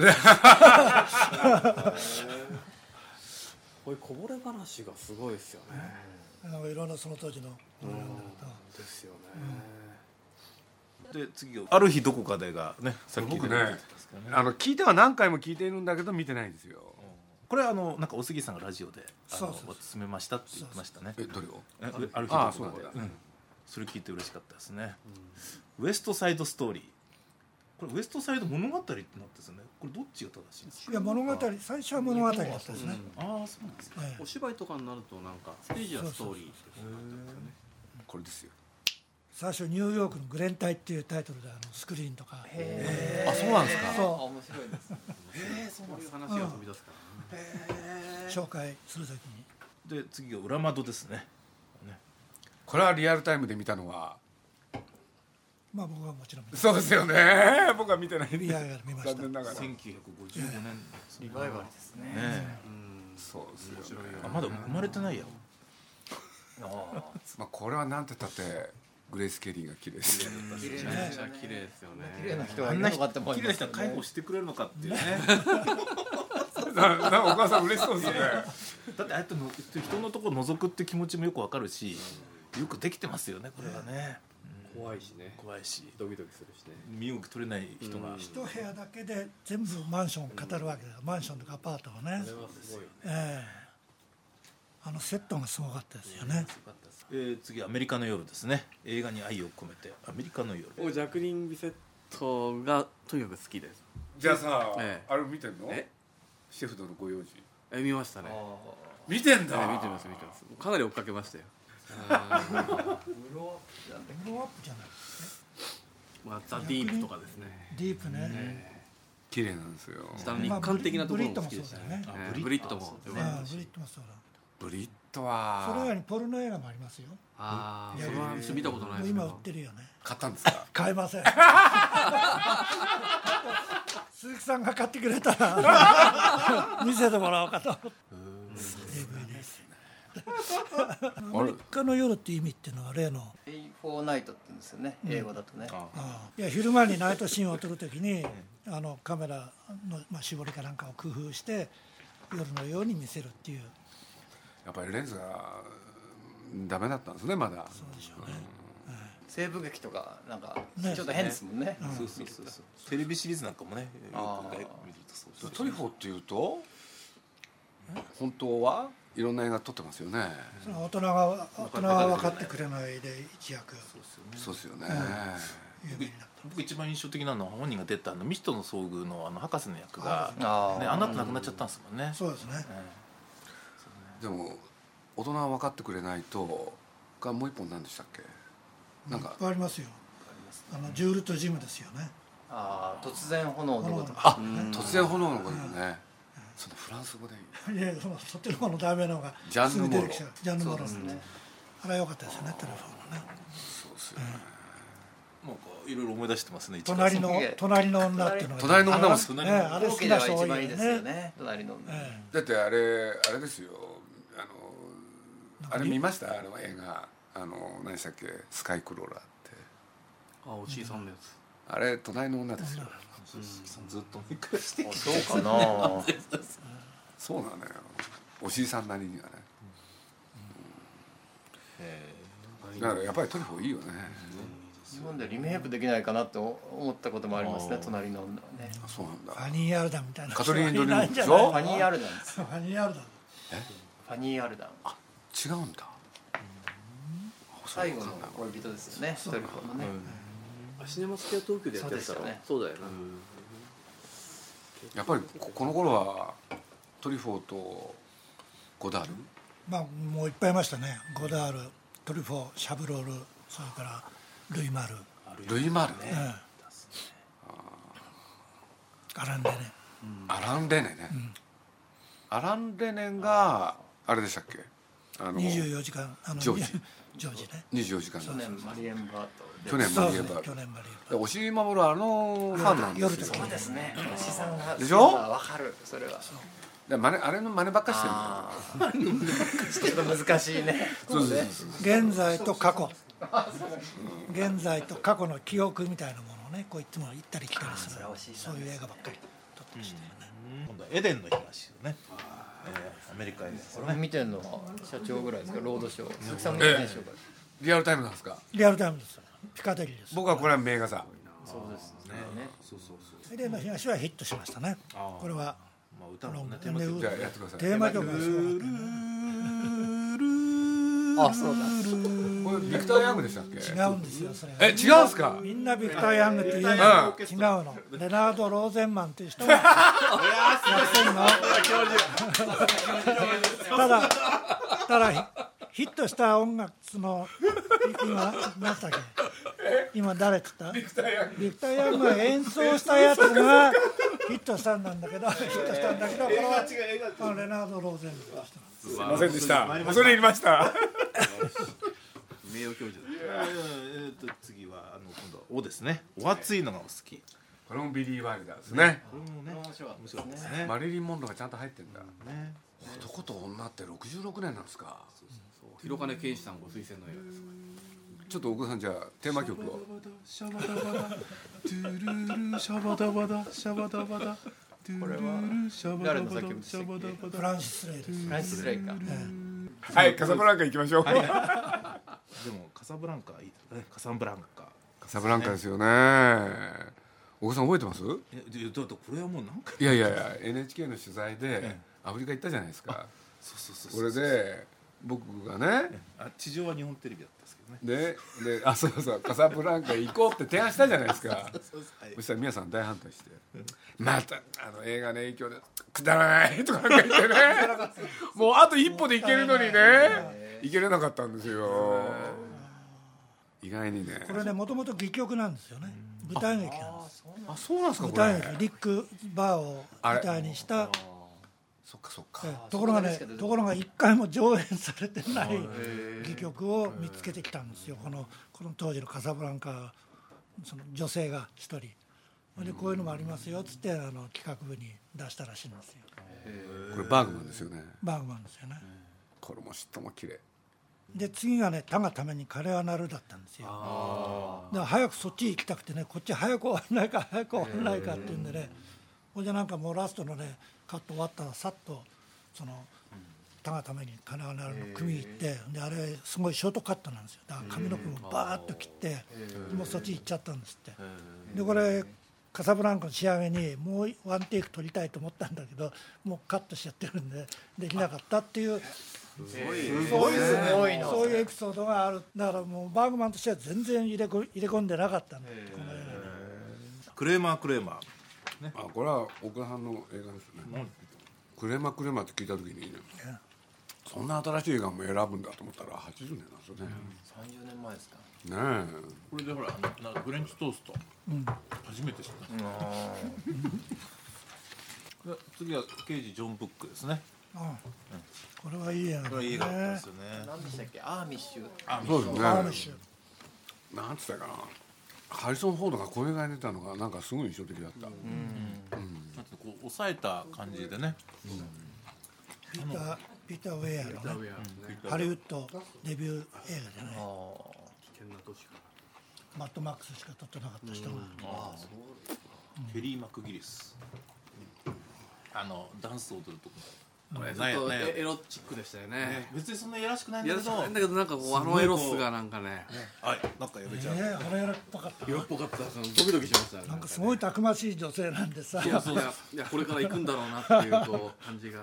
Speaker 7: こういうこぼれ話がすごいですよね
Speaker 1: あのいろんなその当時のあれなんだけど
Speaker 7: ですよね
Speaker 6: で次が
Speaker 8: ある日どこかでがねさっき
Speaker 4: 僕ねあの聞いては何回も聞いているんだけど見てないんですよ
Speaker 8: これあのなんかお杉さんがラジオであ
Speaker 1: そう
Speaker 8: の
Speaker 1: そうそう
Speaker 8: おすすめましたって言ってましたね
Speaker 4: えどれを
Speaker 8: えうある日
Speaker 4: ああ
Speaker 8: ど
Speaker 4: そう
Speaker 8: こ
Speaker 4: な
Speaker 8: か
Speaker 4: ん
Speaker 8: で
Speaker 4: だ
Speaker 8: うんそれ聞いて嬉しかったですねウエストサイドストーリーこれウエストサイド物語ってなってですねこれどっちが正しいんですか
Speaker 1: いや物語最初は物語だったんですね、
Speaker 8: ああそうなんですか
Speaker 1: ええ
Speaker 7: お芝居とかになるとなんかステージはストーリーってこうなんだよね
Speaker 4: これですよ
Speaker 1: 最初ニューヨークの「グレンタイ」っていうタイトルであのスクリーンとか
Speaker 8: あそうなんですか
Speaker 2: あ
Speaker 1: そ
Speaker 2: 面白いです
Speaker 7: そういう話が飛び出すからね
Speaker 1: う紹介する時に
Speaker 8: で次が裏窓ですね
Speaker 4: これはリアルタイムで見たのは
Speaker 1: まあ僕はもちろん見た
Speaker 4: そうですよね僕は見てない
Speaker 1: 見ながら見ました
Speaker 4: 残念ながら
Speaker 8: 1955年ですね
Speaker 2: リバイバルですね
Speaker 8: ね
Speaker 4: そうですよね
Speaker 8: あまだ生まれてないや
Speaker 4: まあこれはなんて言ったってグレース・ケリーが綺麗です ね
Speaker 2: 綺麗な
Speaker 7: めっ
Speaker 2: 人
Speaker 7: ちゃ
Speaker 2: がね
Speaker 7: 綺麗ですよね
Speaker 2: 綺麗な人
Speaker 8: あ
Speaker 2: がい
Speaker 8: んな
Speaker 2: なか
Speaker 8: 人
Speaker 2: ったもん
Speaker 8: 綺麗な人は介護してくれるのかっていうね
Speaker 4: ななんかお母さん嬉しそうですね
Speaker 8: だってああやっての人のところ覗くって気持ちもよくわかるしよくできてますよねこれはね
Speaker 7: 怖いしね
Speaker 8: 怖いし
Speaker 7: ドキドキするしね
Speaker 8: 身動き取れない人が
Speaker 1: 一部屋だけで全部マンションを語るわけだからマンションとかアパートをねええあのセットがすごかったですよね
Speaker 8: えー次「アメリカの夜」ですね映画に愛を込めて「アメリカの夜」
Speaker 7: 僕ジャクリン・ビセットがとにかく好きです
Speaker 4: じゃあさ
Speaker 7: ええ
Speaker 4: あれ見てんの
Speaker 7: え
Speaker 4: シェフドのご用事
Speaker 7: え見ましたね
Speaker 4: 見てん
Speaker 7: え
Speaker 4: だ
Speaker 7: 見てます見てますかなり追っかけましたよ
Speaker 1: ローアップじゃない
Speaker 7: まあ、ザ・ディープとかですね
Speaker 1: ディープね、
Speaker 4: 綺麗なんですよ
Speaker 7: 下の日韓的なところも好きでしたね,、
Speaker 1: ブリットもそうだよ
Speaker 7: え
Speaker 1: あ
Speaker 7: ーブリットも良かった
Speaker 1: あ
Speaker 7: し
Speaker 1: ブリットもそうだ
Speaker 4: ブリット
Speaker 1: それ以
Speaker 4: は
Speaker 1: 外にポルノ映画もありますよ
Speaker 7: ああそれはちょっと見たことない
Speaker 1: もう
Speaker 7: ですけ
Speaker 1: 今売
Speaker 7: ど
Speaker 1: ってるよね
Speaker 4: 買ったんですか
Speaker 1: 買えません客さんが買ってくれた ら見せてもらおうかと思って。
Speaker 4: あれ
Speaker 1: 3日の夜って意味っていうのは例の、
Speaker 2: 「A for Night」って言うんですよね、英語だとね
Speaker 1: いや昼間にナイトシーンを撮るときにあのカメラの、まあ、絞りかなんかを工夫して夜のように見せるっていう
Speaker 4: やっぱりレンズがうんダメだったんですねまだ
Speaker 1: そうでしょうね。
Speaker 2: 西部劇とかなんか
Speaker 1: ね
Speaker 2: ちょっと変ですもんね
Speaker 8: そうそうそうそうテレビシリーズなんかもねよ
Speaker 2: あ
Speaker 8: く
Speaker 2: ー
Speaker 8: 見るとそうですね
Speaker 4: トリフォーっていうと本当はいろんな映画撮ってますよね
Speaker 1: その大人が大人が分かってくれないで一躍
Speaker 4: そうですよね
Speaker 1: 有名になっ
Speaker 8: 僕一番印象的なのは本人が出たあのミストの遭遇のあの博士の役が、ね、
Speaker 2: あー
Speaker 8: あなた亡くなっちゃったんですもんね
Speaker 1: た。そうですね。
Speaker 4: でも大人は分かってくれないとがもう一本何でしたっけなん
Speaker 1: い
Speaker 4: か
Speaker 1: っぱいありますよ。あのジュールとジムですよね。
Speaker 2: あー突然炎のことか
Speaker 4: あ突然炎のことだねそのフランス語で
Speaker 1: いやそのそっちの方の題名の方が
Speaker 4: ジャンヌモ
Speaker 1: すぐ出て
Speaker 4: ロ
Speaker 1: きちゃうジャンヌモロ
Speaker 2: そうですね
Speaker 1: あれは良かったですよねテレフォンのね
Speaker 4: そうですよね
Speaker 8: なんかいろいろ思い出してますね。市川さん
Speaker 1: 隣の隣の女っていうのが
Speaker 4: 隣の女も
Speaker 1: ね
Speaker 4: 隣
Speaker 8: の女
Speaker 1: あれ好き
Speaker 2: 飛行機で
Speaker 1: な
Speaker 2: は
Speaker 1: 人多
Speaker 2: 一
Speaker 1: い
Speaker 2: 番いい
Speaker 1: よ
Speaker 2: ですよ
Speaker 1: ね
Speaker 2: ね隣の
Speaker 1: え
Speaker 4: だってあれあれですよあのあれ見ましたあの映画あの何でしたっけスカイクローラーって
Speaker 7: あおじいさんのやつ
Speaker 4: あれ隣の女ですよ
Speaker 8: ずっと見返して
Speaker 2: あそうかな
Speaker 4: そうなのよおじいさんなりにはねだからやっぱりトリュフォーいいよね
Speaker 2: 日本でリメイクできないかなと思ったこともありますね隣の女ね
Speaker 4: あそうなん
Speaker 1: ファ
Speaker 4: だ
Speaker 1: ニー・アルダンみたいな
Speaker 4: カトリーヌ・ド
Speaker 1: い
Speaker 4: リ
Speaker 1: な
Speaker 4: ュ
Speaker 1: いん
Speaker 4: ーで
Speaker 1: じゃ
Speaker 4: し
Speaker 1: ない
Speaker 2: フ
Speaker 4: ょ
Speaker 2: ァニー・アルダンです
Speaker 1: ファニー・アルダン
Speaker 2: ファニー・アルダン
Speaker 4: 違うんだ
Speaker 2: 最後の恋人ですよねトリフォーのね
Speaker 7: あシネマスケア東京でやってた
Speaker 2: そう
Speaker 7: ら
Speaker 2: ですよね
Speaker 7: そうだよな
Speaker 4: やっぱりここの頃はトリュフォーとゴダール
Speaker 1: まあもういっぱいいましたねゴダールトリュフォーシャブロールそれからルイ・マル、
Speaker 4: ルイ・マル
Speaker 1: ええアランデね
Speaker 4: アラン・レネね、アラン・レネがあれでしたっけあの
Speaker 1: 24時間あの
Speaker 4: ジョージ
Speaker 1: ジョージね
Speaker 4: 24時間
Speaker 2: 去年マリエン・バートで
Speaker 4: 去年
Speaker 1: そ
Speaker 4: マ
Speaker 1: う
Speaker 4: リ
Speaker 1: で
Speaker 4: エ
Speaker 1: す
Speaker 4: バ
Speaker 1: ね
Speaker 4: ー
Speaker 1: 去年マリエバ
Speaker 4: ルお尻守るあのファンなんです
Speaker 1: 夜と
Speaker 4: よ
Speaker 1: か
Speaker 2: そうですね牛さんが
Speaker 4: でしょ
Speaker 2: わかるそれは
Speaker 4: で真似あれの真似ばっかしてるんだよ
Speaker 2: ちょっと難しいね
Speaker 4: そうそうそう
Speaker 1: 現在と過去現在と過去の記憶みたいなものをねこういつも行ったり来たりする
Speaker 2: あーそれは惜しいな
Speaker 1: そういう映画ばっかり撮ってましたよね、
Speaker 8: 今度はエデンの東をね、えーアメリカへです
Speaker 2: これ見てるのは社長ぐらいですかロードショー鈴木さんも見てないでしょうか
Speaker 4: リアルタイムなんですか
Speaker 1: リアルタイムですピカデリーです
Speaker 4: 僕はこれは名画さ
Speaker 2: そうですね
Speaker 1: エレンの東はヒットしましたねこれは
Speaker 8: まあ歌もね
Speaker 1: あの
Speaker 8: テーマ曲
Speaker 4: じゃあやってください
Speaker 1: テーマ曲がすごかったね
Speaker 2: あそうだ
Speaker 4: これビクター・ヤングでしたっけ
Speaker 1: 違うんですよそれが
Speaker 4: え違うんすか
Speaker 1: みんなビクター・ヤングって言うのに違うのレナード・ローゼンマン っていう人がやってるの ただただヒヒットした音楽その今何だっけ今誰っつったビクター・ヤングビクター・ヤングが演奏したやつがヒットしたんだけどヒットしたんだけどこれはあのレナード・ローゼンマンって人
Speaker 4: すいませんでした恐れ入りました
Speaker 7: 名誉教授
Speaker 8: え
Speaker 7: だ
Speaker 8: ーえーと次はあの今度はおですね。お熱いのがお好き。
Speaker 4: これもビリー・ワイルダーですね
Speaker 8: これもね面白かったですね。
Speaker 4: マリリン・モンローがちゃんと入ってんだ
Speaker 8: ね
Speaker 4: 男と女って66年なんですか
Speaker 7: 広金健志さんご推薦の映画です
Speaker 4: ちょっと奥さんじゃあテーマ曲を
Speaker 8: シャバダバダ、トゥルルルシャバダバダ、シャバダバダ、トゥルルルシャバダ
Speaker 2: 誰の
Speaker 8: バダ、
Speaker 2: 作曲でし
Speaker 8: シ
Speaker 2: たっ
Speaker 8: ャバ
Speaker 2: け
Speaker 8: ダバダ
Speaker 1: フ。ランシス・レイです
Speaker 2: ナイススレイか
Speaker 4: はいカサブランカ行きましょうカ
Speaker 8: でもカサブランカいいですね。カサブランカ。
Speaker 4: サブランカですよね奥さん覚えてます
Speaker 8: えでだってこれはもう何回
Speaker 4: いやいやいや NHK の取材でアフリカ行ったじゃないですか
Speaker 8: そうそうそう
Speaker 4: これで僕がね
Speaker 8: あ地上は日本テレビだったんですけどね。
Speaker 4: でであそうそうカサブランカ行こうって提案したじゃないですか
Speaker 8: そうそうはい
Speaker 4: そしたら皆さん大反対して「またあの映画の影響でくだらない」とかなんか 言ってねもうあと一歩で行けるのにね行けれなかったんですよ意外にね
Speaker 1: これねもともと戯曲なんですよね舞台劇なんです
Speaker 4: あそうなんですか
Speaker 1: 舞
Speaker 4: こ
Speaker 1: 台
Speaker 4: れ
Speaker 1: 劇リック・バーを舞台にした
Speaker 4: そっかそっ
Speaker 1: え
Speaker 4: か
Speaker 1: ところがね
Speaker 2: そんな話が出てこない
Speaker 1: ところが一回も上演されてない戯曲を見つけてきたんですよこのこの当時のカサブランカその女性が一人それでこういうのもありますよっつってあの企画部に出したらしいんですよ
Speaker 4: これバーグマンですよね
Speaker 1: バーグマンですよね
Speaker 4: これも嫉妬も綺麗
Speaker 1: で次がね「他がために彼はなる」だったんですよだから早くそっち行きたくてねこっち早く終わんないか早く終わんないかっていうんでねほいでなんかもうラストのねカット終わったらさっとその「他がために彼はなる」の組に行ってであれすごいショートカットなんですよだから髪の毛もバーッと切ってもうそっち行っちゃったんですってでこれカサブランカの仕上げにもうワンテイク撮りたいと思ったんだけどもうカットしちゃってるんでできなかったっていう
Speaker 2: すごいな
Speaker 1: そういうエピソードがあるだからもうバーグマンとしては全然入れこ入れ込んでなかったんだこの映画に
Speaker 8: クレーマークレーマー
Speaker 4: あこれは奥田さんの映画ですねクレマクレマって聞いた時にねそんな新しい映画も選ぶんだと思ったら80年なんですよね
Speaker 2: 30年前ですか
Speaker 4: ねえ
Speaker 6: これでほらなんかフレンチトースト、初めて知った で次は刑事ジョン・ブックですね
Speaker 1: うんこれはいい映画
Speaker 6: これはいい映画だったですよね
Speaker 2: 何でしたっけアーミッシュ
Speaker 4: そうですね
Speaker 1: アーミッシュ
Speaker 4: なんつったかなハリソン・フォードがこれが出たのがなんかすごい印象的だった、
Speaker 6: なんていうのこう抑えた感じでね、
Speaker 1: ピーター・ピーターウェアのねハリウッドデビュー映画じゃないマッドマックスしか撮ってなかった人が
Speaker 6: フェリー・マクギリスあのダンス踊るとこ
Speaker 7: これちょ
Speaker 6: なん
Speaker 7: っ
Speaker 6: や
Speaker 7: と
Speaker 6: なんや
Speaker 7: エエロチックでしたよね
Speaker 6: 別にそんなやらしくないん
Speaker 7: い
Speaker 6: だ
Speaker 7: や
Speaker 6: けど
Speaker 7: だけどなんかこうあのエロスがなんかね
Speaker 6: はいなんかやめちゃう、
Speaker 1: ねあれやっぽかった
Speaker 7: 色っぽかったそのドキドキしましたね
Speaker 1: なんかすごいたくましい女性なんでさ
Speaker 7: いやいやいやこれから行くんだろうなっていうこう感じが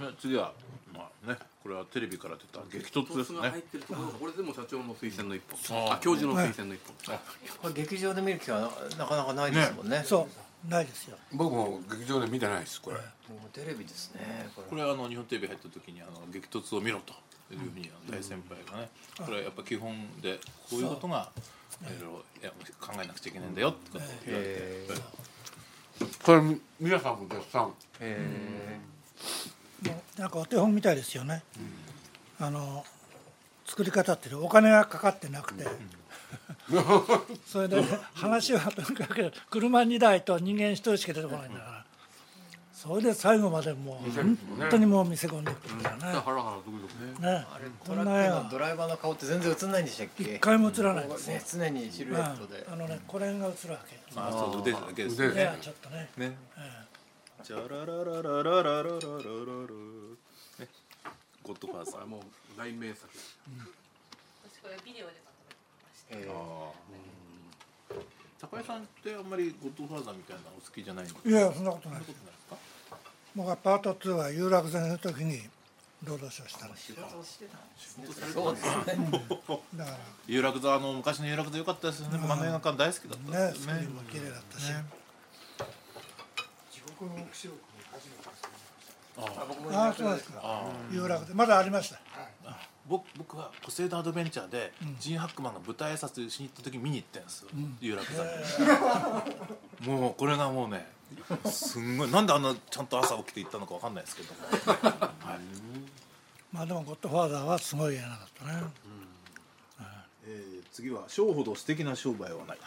Speaker 6: ね次はまあねこれはテレビから出た激突です
Speaker 7: が入っ
Speaker 6: ね
Speaker 7: てるところがこれでも社長の推薦の一本あ教授の推薦の一本
Speaker 2: これ劇場で見る機会はななかなかないですもんね
Speaker 1: そうないですよ
Speaker 4: 僕も劇場で見てないですこれ
Speaker 2: もうテレビですねこれ
Speaker 6: これはあの日本テレビ入った時にあの激突を見ろというふうにあの大先輩がねこれはやっぱ基本でこういうことがいろいろいや考えなくちゃいけないんだよってことを言われて
Speaker 4: これみ皆さんも絶賛
Speaker 2: へ
Speaker 1: もうなんかお手本みたいですよね、あの作り方ってお金がかかってなくて、それで、ね、話はとにかく車2台と人間1人しか出てこないんだから、それで最後までもう本当にもう見せ込んでくるんだよね,、
Speaker 7: ハラハラドキドキね
Speaker 1: ね
Speaker 2: あれ
Speaker 1: こ
Speaker 2: ト
Speaker 1: ん
Speaker 2: ラ
Speaker 1: な映
Speaker 2: ックの
Speaker 1: 画
Speaker 2: ドライバーの顔って全然映んないんでしたっけ
Speaker 1: 一回も映らないです、
Speaker 2: ね常にシルエ
Speaker 1: うん
Speaker 2: ットで
Speaker 1: あのねこれが映るわけ
Speaker 6: まあそう腕だけですね
Speaker 1: ではちょっとね
Speaker 6: ねチャラララララララララララねゴッドファーザー
Speaker 7: もう大名作
Speaker 9: 私これビデオで買ってました
Speaker 2: へえ
Speaker 6: 高井さんってあんまりゴッドファーザーみたいなのお好きじゃないんですか
Speaker 1: いやそんなことないです
Speaker 6: そうなんですか
Speaker 1: 僕はパート2は有楽座にいる時にロードショーしたんですよ
Speaker 2: そうですね
Speaker 1: だか
Speaker 6: 有楽座あの昔の有楽座良かったですよね僕あの映画館大好きだったん
Speaker 1: らね
Speaker 6: で
Speaker 1: ス
Speaker 6: す
Speaker 1: ク
Speaker 6: よ
Speaker 1: リ
Speaker 6: ね
Speaker 1: ーンも綺麗だったし、ああそうですか有楽でまだありました
Speaker 6: 僕僕は「ポセイドンアドベンチャーで」ジン・ハックマンが舞台挨拶しに行った時見に行ったんですよ、有楽座に、 もうこれがもうねすんごいなんであんなちゃんと朝起きて行ったのかわかんないですけども、はい、
Speaker 1: まあでも「ゴッドファーザー」はすごい映画だったね
Speaker 6: えー次は「賞ほど素敵な商売はない」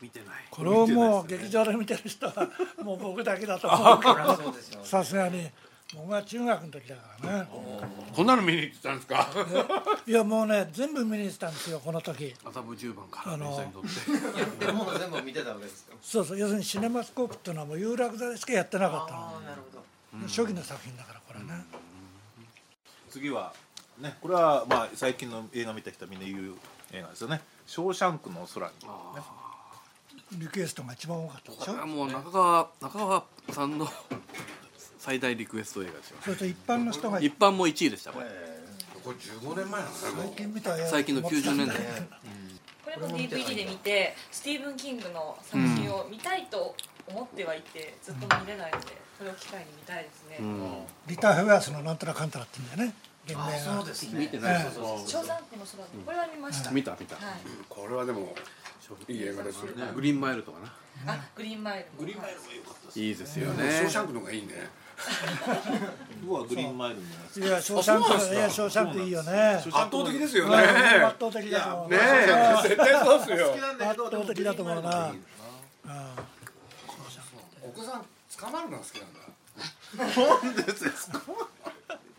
Speaker 7: 見てない
Speaker 1: これをもう劇場で見てる人 はもう僕だけだと思うけ
Speaker 2: そりゃそうですよ
Speaker 1: どさすがに僕は中学の時だからね
Speaker 4: こんなの見に行ってたんですか
Speaker 1: いやもうね全部見に行ってたんですよこの時
Speaker 7: 麻布十番から
Speaker 1: あの
Speaker 7: 連載にとって
Speaker 2: でももう全部見てたわけですよ
Speaker 1: そうそう要するにシネマスコープっていうのはもう有楽座でしかやってなか
Speaker 2: ああなるほど
Speaker 1: ったの初期の作品だからこれね
Speaker 6: 次はねこれはまあ最近の映画見た人はみんな言う映画ですよね「ショーシャンクの空に」
Speaker 1: リクエストが一番多かったでし
Speaker 7: これは
Speaker 1: ょ
Speaker 7: もう中川中川さんの最大リクエスト映画ですよ
Speaker 1: それと一般の人が
Speaker 7: 一般も1位でしたこれ
Speaker 4: これ15年前なんですね
Speaker 1: 最近見た映画
Speaker 7: 最近の90年代
Speaker 9: これも DVD で見てスティーブン・キングの作品を見たいと思ってはいて、ずっと見れないのでこれを機会に見たいですね、
Speaker 1: リター・フェアスのなんたらかんたらって言うんだよね原名が
Speaker 2: です
Speaker 7: 見てない
Speaker 1: ええ
Speaker 9: 小三点の空でこれは見ました、
Speaker 7: 見た見た
Speaker 9: はい、
Speaker 4: これはでもいい映画ですよね
Speaker 7: グリーンマイルとかな
Speaker 9: あグリーンマイルも
Speaker 7: いいです
Speaker 4: シ
Speaker 7: よ
Speaker 4: ョー
Speaker 7: ね
Speaker 4: シャンクの方がいいね
Speaker 6: 僕はグリーンマイルのやつ
Speaker 1: いや、ショーシャンク、いや、ショーシャンクいいよね。
Speaker 4: 圧倒的ですよね
Speaker 1: 圧倒的だと思う。
Speaker 4: ねえ絶対そうですよ
Speaker 1: 圧倒的だと思うな。うん
Speaker 4: 子さん捕まるのが好きなんだ
Speaker 6: なんでですか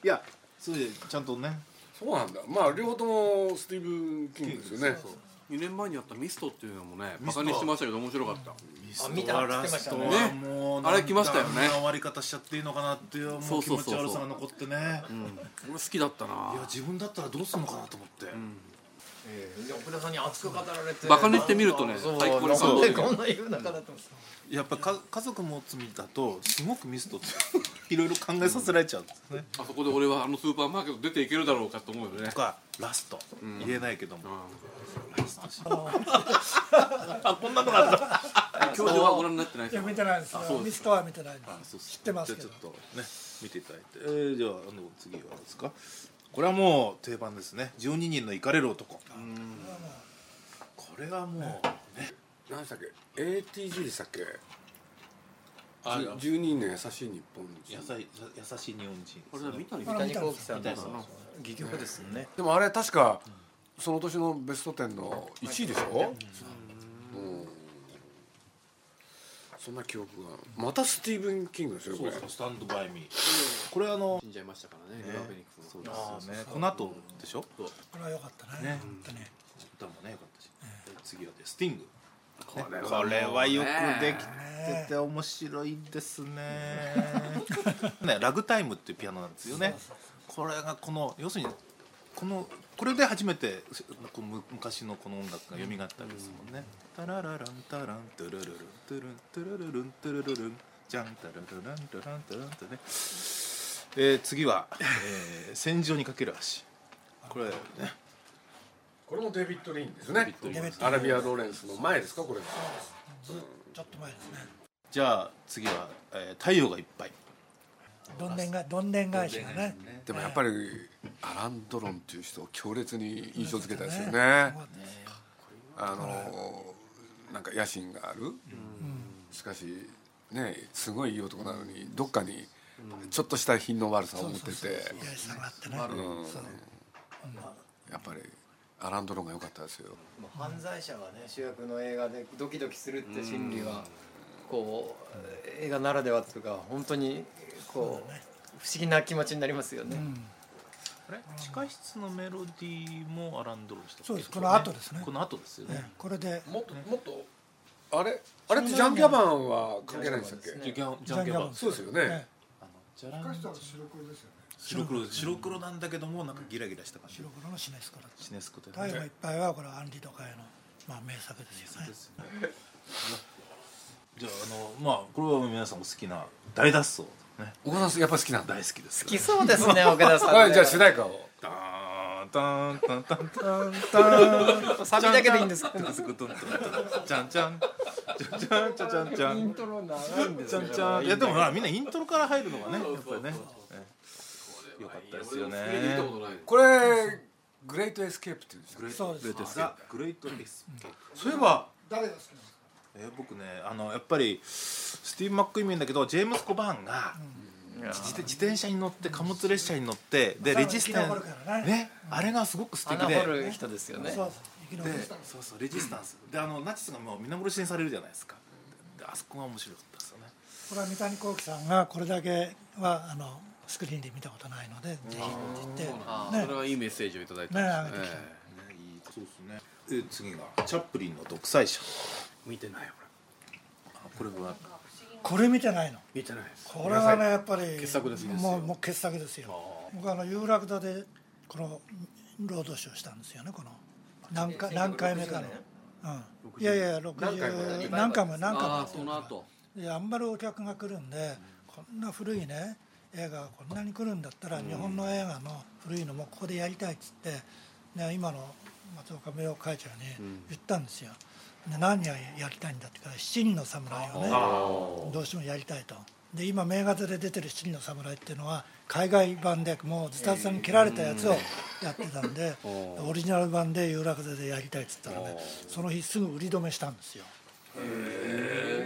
Speaker 6: いやそれでちゃんとね
Speaker 4: そうなんだまあ両方ともスティーブン・キングですよね
Speaker 7: 2年前にやったミストっていうのもね
Speaker 6: ミ
Speaker 7: バ
Speaker 6: スト
Speaker 7: カにしてましたけど面白かった
Speaker 2: あ見た
Speaker 6: ラストは
Speaker 7: ね
Speaker 6: もう
Speaker 7: あれ来ましたよね
Speaker 6: なんであんな終わり方しちゃっていいのかなっていうも
Speaker 7: そうう
Speaker 6: 気
Speaker 7: そう
Speaker 6: 持
Speaker 7: そ
Speaker 6: ち
Speaker 7: うそう
Speaker 6: 悪さが残ってねいや
Speaker 7: 俺好きだったな
Speaker 6: 自分だったらどうするのかなと思って
Speaker 2: ええ奥田さんに熱く語られて
Speaker 7: バカにしてみるとね
Speaker 2: そう
Speaker 7: 最高の
Speaker 2: なん
Speaker 7: 感
Speaker 2: で
Speaker 7: 動
Speaker 2: こんな言うのかなと思って
Speaker 6: やっぱか家族持つ身だとすごくミストっていろいろ考えさせられちゃうんですね
Speaker 7: あそこで俺はあのスーパーマーケット出ていけるだろうかと思うよね
Speaker 6: とかラスト言えないけども
Speaker 7: 教授はご覧になってない
Speaker 1: い
Speaker 7: で
Speaker 1: や
Speaker 7: すか
Speaker 1: 見てないです
Speaker 7: そうです
Speaker 1: ミストは見てないです
Speaker 6: そうそう
Speaker 1: 知ってますけ
Speaker 6: じゃ
Speaker 1: ど
Speaker 6: あちょっとね見ていただいて、えーじゃああの次はですかこれはもう定番ですね12人のイカれる男これはもうね
Speaker 4: 何でしたっけ ATG でしたっけ
Speaker 6: あ
Speaker 4: じゅ12年優しい日本
Speaker 6: 優
Speaker 4: 人
Speaker 6: しい優しい日本人
Speaker 7: これは見たり
Speaker 1: ほら見たんで
Speaker 2: 幸喜
Speaker 1: す
Speaker 2: さんの
Speaker 6: 見たいな
Speaker 2: 戯曲ですね
Speaker 4: でもあれ確かその年のベスト10の1位でしょうんそんな記憶がまたスティーブン・キングですよ
Speaker 6: そ
Speaker 4: こ
Speaker 6: う
Speaker 4: れ
Speaker 6: そうスタンドバイミーこれあの
Speaker 7: 死んじゃいましたからねグラフェニックスも
Speaker 6: あーねこの後でしょ
Speaker 1: これは良かったね
Speaker 6: ね
Speaker 1: 本当に
Speaker 6: 歌もね良かったし、次はでスティング
Speaker 7: これ
Speaker 6: これはよくでき
Speaker 1: ね
Speaker 6: てて面白いですね ねラグタイムっていうピアノなんですよねこれがこの要するにこのこれで初めてこうむ昔のこの音楽が蘇ったわけですもんね「タララランタランタララランタランタララランタララランじゃんタララランタランタラン」とねえー次は、えー「戦場にかける橋」これね
Speaker 4: これもデビッド・リンですね
Speaker 1: デビッドリン
Speaker 4: アラビア・ローレンスの前ですかこれは
Speaker 1: ちょっと前ですね
Speaker 6: じゃあ次は、えー太陽がいっぱい」
Speaker 1: どんでんがどんでん返しがね
Speaker 4: でもやっぱりアラン・ドロンっていう人を強烈に印象付けたですよ
Speaker 1: す
Speaker 4: ね
Speaker 1: ごかったです
Speaker 4: あのなんか野心がある、しかしねすごいいい男なのにどっかにちょっとした品の悪さを持ってて
Speaker 1: やりさがあってねそう
Speaker 4: やっぱりアラン・ドロンが良かったですよ
Speaker 2: まあ犯罪者がね主役の映画でドキドキするって心理はこう映画ならではというか本当にこう不思議な気持ちになりますよね、
Speaker 6: あれ地下室のメロディーもアランドロンしたっけ
Speaker 1: そうですこの後ですね
Speaker 6: この後ですよね
Speaker 1: ねこれで
Speaker 4: もっともっとあれあれってジャン・ギャバンは関係ないんでしたっけ、
Speaker 2: ジャンギャバン
Speaker 1: ジ
Speaker 6: ジャン
Speaker 2: ですね
Speaker 6: ジ
Speaker 1: ャンギャバ
Speaker 6: ャンケバ
Speaker 1: ン
Speaker 6: ン
Speaker 4: そうですよね、
Speaker 1: ね
Speaker 6: ジャラン白黒白黒なんだけどもなんかギラギラした感じ
Speaker 1: 白黒のシネスコだった
Speaker 6: シネスコで
Speaker 1: 太陽
Speaker 6: ね
Speaker 1: がいっぱいはこれはアンリ・ドカヤのまあ名作ですよね
Speaker 6: じゃああのまあこれは皆さんお好きな大脱走ね
Speaker 4: 岡田さんやっぱり好きなんだ
Speaker 6: 大好きです
Speaker 2: 好きそうです ね岡田さんね
Speaker 4: はいじゃあ主題歌を
Speaker 6: ダーンタンタンタンタンタン
Speaker 2: サビだけでいいんですけど
Speaker 6: ズクトントントンじゃんじゃんじゃんじゃんじゃんじゃんじゃん
Speaker 2: イントロ長いんです
Speaker 6: ちゃ
Speaker 2: よ
Speaker 6: んちゃんいやでもほらみんなイントロから入るのがねやっぱりねえよかったですよね
Speaker 7: 俺見たことない
Speaker 4: これグレート・エスケープっていうんですか
Speaker 6: グレ
Speaker 1: そうです
Speaker 6: ートエスケープグレートエスケープそういえば
Speaker 1: 誰が好きなんですか
Speaker 6: えー僕ねあのやっぱりスティーブ・マックイーメンだけどジェームス・コバーンが自自転車に乗って貨物列車に乗ってで
Speaker 1: まあ
Speaker 6: レジスタン
Speaker 1: 生き残るから
Speaker 6: ス
Speaker 1: ね
Speaker 6: ねあれがすごく素敵
Speaker 2: 穴
Speaker 6: で
Speaker 2: 掘る人ですよね
Speaker 1: そうそう生き残
Speaker 6: で
Speaker 1: った
Speaker 6: そうそうレジスタンスであのナチスがもう皆殺しにされるじゃないですかであそこが面白かったですよね
Speaker 1: これは三谷幸喜さんがこれだけはあのスクリーンで見たことないのでぜひって言
Speaker 7: あ
Speaker 1: って
Speaker 7: ーそれ
Speaker 1: ね
Speaker 7: はいいメッセージをいただいたんですね
Speaker 1: ね
Speaker 7: ええ
Speaker 6: そうですねで次がチャップリンの独裁者
Speaker 7: 見てないよ俺
Speaker 6: あこれは
Speaker 1: これ見てないの
Speaker 7: 見てないです
Speaker 1: これはねやっぱり
Speaker 7: 傑作ですね
Speaker 1: もうもう傑作ですよ僕あの有楽座でこの労働集をしたんですよねこの何回何回目かの、うん、いやいや60何回も何回も
Speaker 7: ああその後
Speaker 1: であんまりお客が来るんでこんな古いね映画がこんなに来るんだったら日本の映画の古いのもここでやりたいっつって、ね、今の松岡名誉会長に言ったんですよ。で何がやりたいんだって言うから七人の侍をねどうしてもやりたいと。で今名画座で出てる七人の侍っていうのは海外版でもうズタズタに切られたやつをやってたんで、オリジナル版で有楽座でやりたいっつったらねその日すぐ売り止めしたんですよ。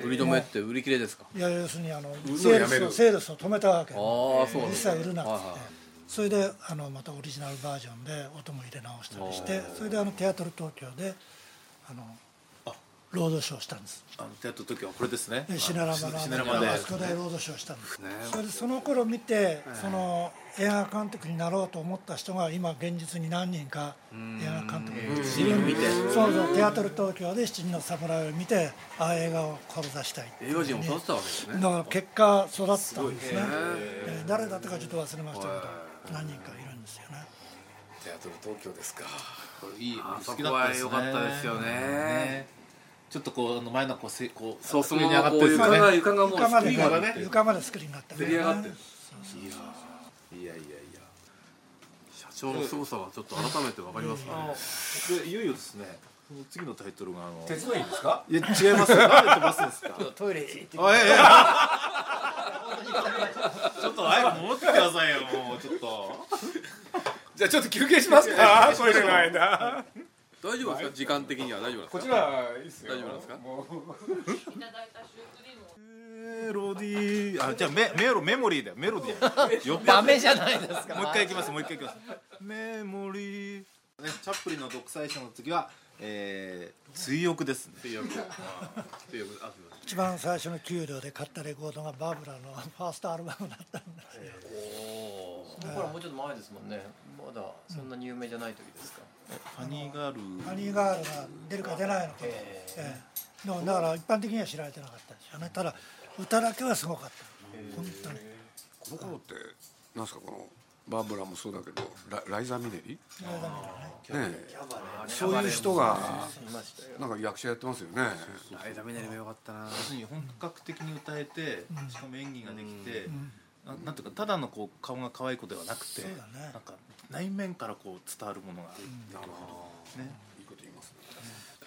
Speaker 7: 売り止めって売り切れですか
Speaker 1: いや要するにあの
Speaker 4: る
Speaker 1: セールスをセールスを止めたわけ
Speaker 7: ああそうなん
Speaker 1: 一
Speaker 7: だ
Speaker 1: 切売るなっつっ
Speaker 7: はいはい
Speaker 1: てそれであのまたオリジナルバージョンで音も入れ直したりしてそれであのテアトル東京であの
Speaker 6: あ
Speaker 1: ロードショーしたんです
Speaker 6: あの出会った時はこれですね
Speaker 1: でシナラマ
Speaker 6: あ
Speaker 1: が
Speaker 6: シナラマで
Speaker 1: あそこでロードショーしたんです、それでその頃見てその映画監督になろうと思った人が今現実に何人か映画監督に
Speaker 6: シリン見て
Speaker 1: そうそうテアトル東京で七人の侍を見てああ映画を志したいって
Speaker 7: 映画人を育てたわけですね
Speaker 1: だから結果育ったんですね
Speaker 7: ね
Speaker 1: えー誰だったかちょっと忘れましたけど何人かいるんですよね
Speaker 3: テアトル東京ですか
Speaker 6: これいい
Speaker 7: あそ
Speaker 6: 好きだ
Speaker 7: こ
Speaker 6: った
Speaker 7: は
Speaker 6: ですね
Speaker 7: 良かったですよね
Speaker 6: ちょっとこうあの前のこうせこう
Speaker 7: そうそ
Speaker 6: 上
Speaker 7: の
Speaker 6: に上
Speaker 7: ま
Speaker 6: が
Speaker 7: ま
Speaker 6: っ
Speaker 7: こ
Speaker 6: て
Speaker 7: う
Speaker 6: るんです
Speaker 7: 床
Speaker 6: よね
Speaker 7: が床がもう
Speaker 1: 床まで
Speaker 6: がね
Speaker 1: 床までスクリーンになった
Speaker 7: 出来上がってる
Speaker 6: いやいやいや
Speaker 7: 社長の凄さはちょっと改めて分かりますね
Speaker 6: でいよいよですねその次のタイトルがあの
Speaker 3: 鉄のいいですか
Speaker 6: いや違いますよなんで飛ばすんですか
Speaker 2: トイレ行って
Speaker 6: あいやいやちょっと早く戻ってくださいよもうちょっと
Speaker 3: じゃあちょっと休憩しますかこれの間
Speaker 7: 大丈夫ですか時間的には大丈夫なんですか
Speaker 3: こちらはいいっすよ
Speaker 7: 大丈夫なんですか
Speaker 3: もう
Speaker 9: いただいたシュークリーム
Speaker 6: メ
Speaker 9: を
Speaker 6: ロディーあじゃあメメロメモリーだよメロディーよっ
Speaker 2: ダメじゃないですか
Speaker 6: もう一回いきますもう一回いきますメモリー、ね、チャップリンの独裁者の次はえー、追憶ですね追憶
Speaker 1: 一番最初の給料で買ったレコードがバブラのファーストアルバムだったんですよ
Speaker 2: その頃はもうちょっと前ですもんねまだそんなに有名じゃない時ですか、
Speaker 6: ハニーガール
Speaker 1: ハニーガールが出るか出ないのか、
Speaker 2: えー
Speaker 1: ええでもだから一般的には知られてなかったんですよねただ歌だけはすごかった本当に
Speaker 4: この頃ってなんすかこのバーブラもそうだけどラライザーミネリ
Speaker 1: それだけ
Speaker 4: ねえ
Speaker 2: そう
Speaker 4: いう人が
Speaker 2: いましたよ
Speaker 4: なんか役者やってますよね
Speaker 7: ライダーミネルも良かったな
Speaker 6: 要するに本格的に歌えてしかも演技ができて、ななんていうかただのこう顔が可愛い子ではなく
Speaker 1: そ
Speaker 6: て、
Speaker 1: うだね
Speaker 6: なんか内面からこう伝わるものが、ね
Speaker 4: いいこと言いますね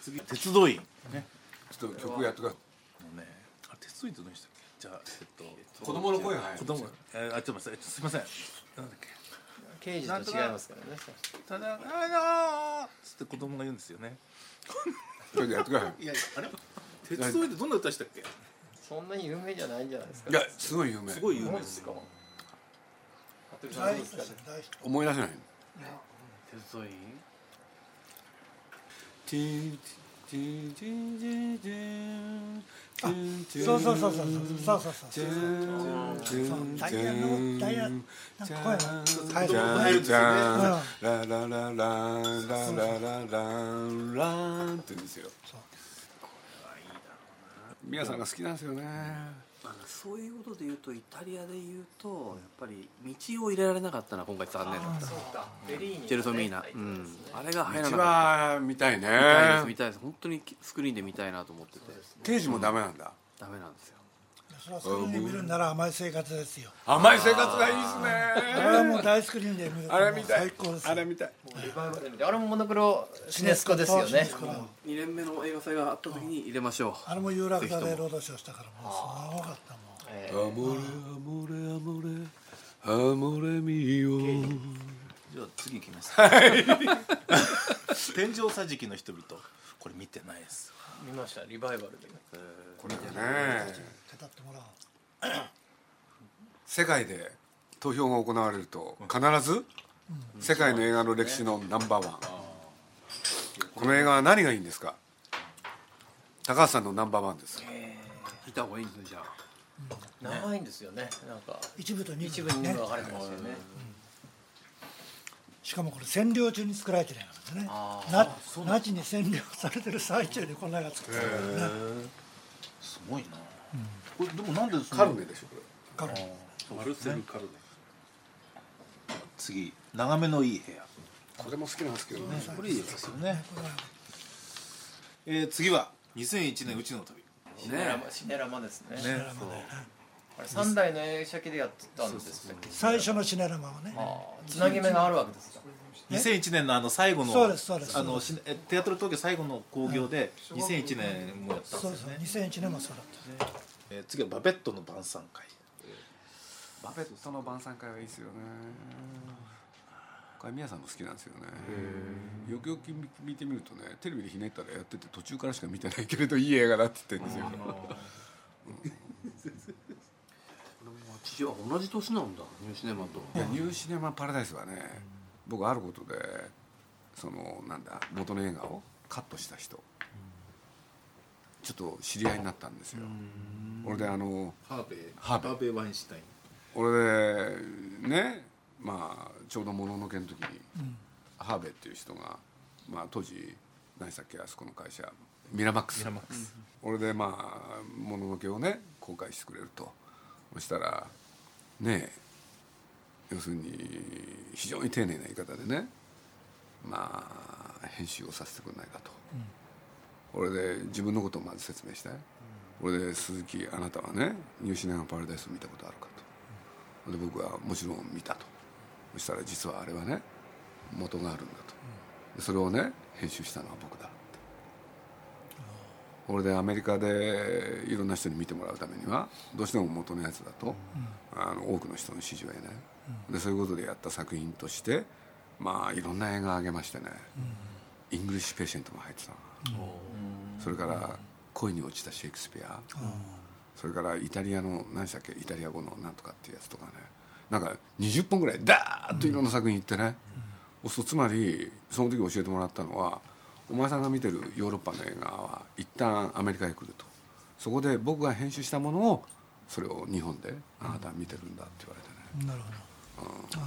Speaker 6: 次鉄道員ね
Speaker 4: ちょっと曲やってくださ
Speaker 6: もうねあれ鉄道員ってどうでしたっけじゃあえっと
Speaker 4: い子供の声が入
Speaker 6: 子
Speaker 4: る
Speaker 6: 供えー、あちょっと待ってすいませんなんだっけ
Speaker 2: 刑事と違いますからね
Speaker 6: ただあのー、つって子供が言うんですよね
Speaker 4: ちょっとやってください
Speaker 6: いやあれ鉄道員ってどんな歌でしたっけ
Speaker 2: そんなに有名じゃないんじゃないですか
Speaker 4: いやすごい有名
Speaker 6: すごい有名
Speaker 2: そう
Speaker 6: で
Speaker 2: ですす
Speaker 6: よ
Speaker 2: か服部さん
Speaker 1: 大
Speaker 2: ど
Speaker 1: ヒッ
Speaker 2: うです
Speaker 1: ト
Speaker 2: か
Speaker 1: ですよ大ヒット
Speaker 4: 思い出せない
Speaker 7: 鉄道員
Speaker 1: そうそうそうそうそうそうそうそうそうダイヤのダイヤなんか声が入る
Speaker 4: じゃんじゃんラララランラララランランって言うんですよ皆さんが好きなんですよね
Speaker 7: まあそういうことで言うとイタリアで言うとやっぱり道を入れられなかったのは今回残念だった
Speaker 2: そうかベリーニ
Speaker 7: チェルソミーナ、
Speaker 2: 入っ
Speaker 7: う
Speaker 2: てますね
Speaker 7: ん、あれが入ら
Speaker 4: 一
Speaker 7: なかっ
Speaker 4: 番見たいね
Speaker 7: た見たいです見たいです本当にスクリーンで見たいなと思ってて
Speaker 4: 刑事もダメなんだ
Speaker 7: ダメなんですよ
Speaker 1: それはスクリーンで見るんなら甘い生活ですよ
Speaker 4: 甘い生活がいい
Speaker 1: あれは
Speaker 4: で
Speaker 1: もう大スクリーンで見ると
Speaker 4: あれ
Speaker 1: もう
Speaker 4: 見たい
Speaker 1: 最高ですす
Speaker 4: ねあれ
Speaker 1: よ
Speaker 4: 見たい
Speaker 2: リバイバルで見てあれもモノクロシネスコですよ
Speaker 1: シネ
Speaker 2: ね
Speaker 1: スコだ
Speaker 7: 2年目の映画祭があった時に入れましょう
Speaker 1: あれも有楽座でロードショーしたからもうすごかったもん
Speaker 4: アモレアモレアモレアモレミオ
Speaker 6: じゃあ次行きます。はい。天井桟敷の人々。これ見てないです。
Speaker 2: 見ましたリバイバルで
Speaker 4: これね
Speaker 1: 語ってもらおう
Speaker 4: 世界で投票が行われると必ず世界の映画の歴史のナンバーワンこの映画は何がいいんですか高橋さんのナンバーワンです
Speaker 7: 見た方がいいんですねじゃあ
Speaker 2: 長いんですよねなんか
Speaker 1: 一部と二
Speaker 2: 一
Speaker 1: 部
Speaker 2: 部に
Speaker 1: ね
Speaker 2: 分かれてますよね
Speaker 1: しかもこれ占領中に作られてる映画なんですねなナチに占領されてる最中でこんな映画作ってるんだよね
Speaker 6: すごいな。これでもなんでその
Speaker 4: カルネでしょこ
Speaker 1: カルネ
Speaker 6: マルセルカルネ。次眺めのいい部屋。
Speaker 4: れこれも好きなんですけどね
Speaker 6: これいいですよね。えー、次は2001年うちの旅。
Speaker 2: シネラマシネラマですね
Speaker 6: ね。そう。
Speaker 2: あれ三台の映写機でやってたんですね
Speaker 1: 最初のシネラマをね
Speaker 2: つなぎ目があるわけですか
Speaker 6: 2001年のあの最後の
Speaker 1: そうですそうです
Speaker 6: あのしえテアトル東京最後の興行で2001年もやったん
Speaker 1: そう
Speaker 6: で
Speaker 1: ですす
Speaker 6: よね。
Speaker 1: 2001年もそうだった
Speaker 6: えー、次はバベットの晩餐会。
Speaker 4: バペットの晩餐会はいいですよねこれ宮さんも好きなんですよねよくよく見てみるとねテレビでひねったらやってて途中からしか見てないけれどいい映画だって言ってるんですよ
Speaker 7: 地上同じ年なんだニューシネマと
Speaker 4: いやニューシネマ・パラダイスはね僕あることでそのなんだ元の映画をカットした人ちょっと知り合いになったんですよ俺であの
Speaker 8: ハーベイ
Speaker 4: ハー
Speaker 8: ベ
Speaker 4: ベイ
Speaker 8: イワインシュタイン
Speaker 4: 俺でねまあちょうど「もののけ」の時に、ハーベイっていう人が、まあ、当時何でしたっけあそこの会社ミラマックス
Speaker 8: ラマックス
Speaker 4: 俺でまあもののけをね公開してくれるとそしたらねえ要するに非常に丁寧な言い方でねまあ編集をさせてくれないかと、俺で自分のことをまず説明して、俺で「鈴木あなたはねニューシネマ・パラダイスを見たことあるか」とで僕はもちろん見たとそしたら実はあれはね元があるんだと、でそれをね編集したのは僕だってこれでアメリカでいろんな人に見てもらうためにはどうしても元のやつだと、あの多くの人の支持を得ない、でそういうことでやった作品としてまあいろんな映画を上げましてね、イングリッシュ・ペーシェントも入ってたの、それから「恋に落ちたシェイクスピア」それからイタリアの何でしたっけイタリア語のなんとかっていうやつとかねなんか20本ぐらいダーッといろんな作品行ってね、うそうつまりその時教えてもらったのはお前さんが見てるヨーロッパの映画は一旦アメリカへ来るとそこで僕が編集したものをそれを日本であなたは見てるんだって言われてね
Speaker 1: なるほ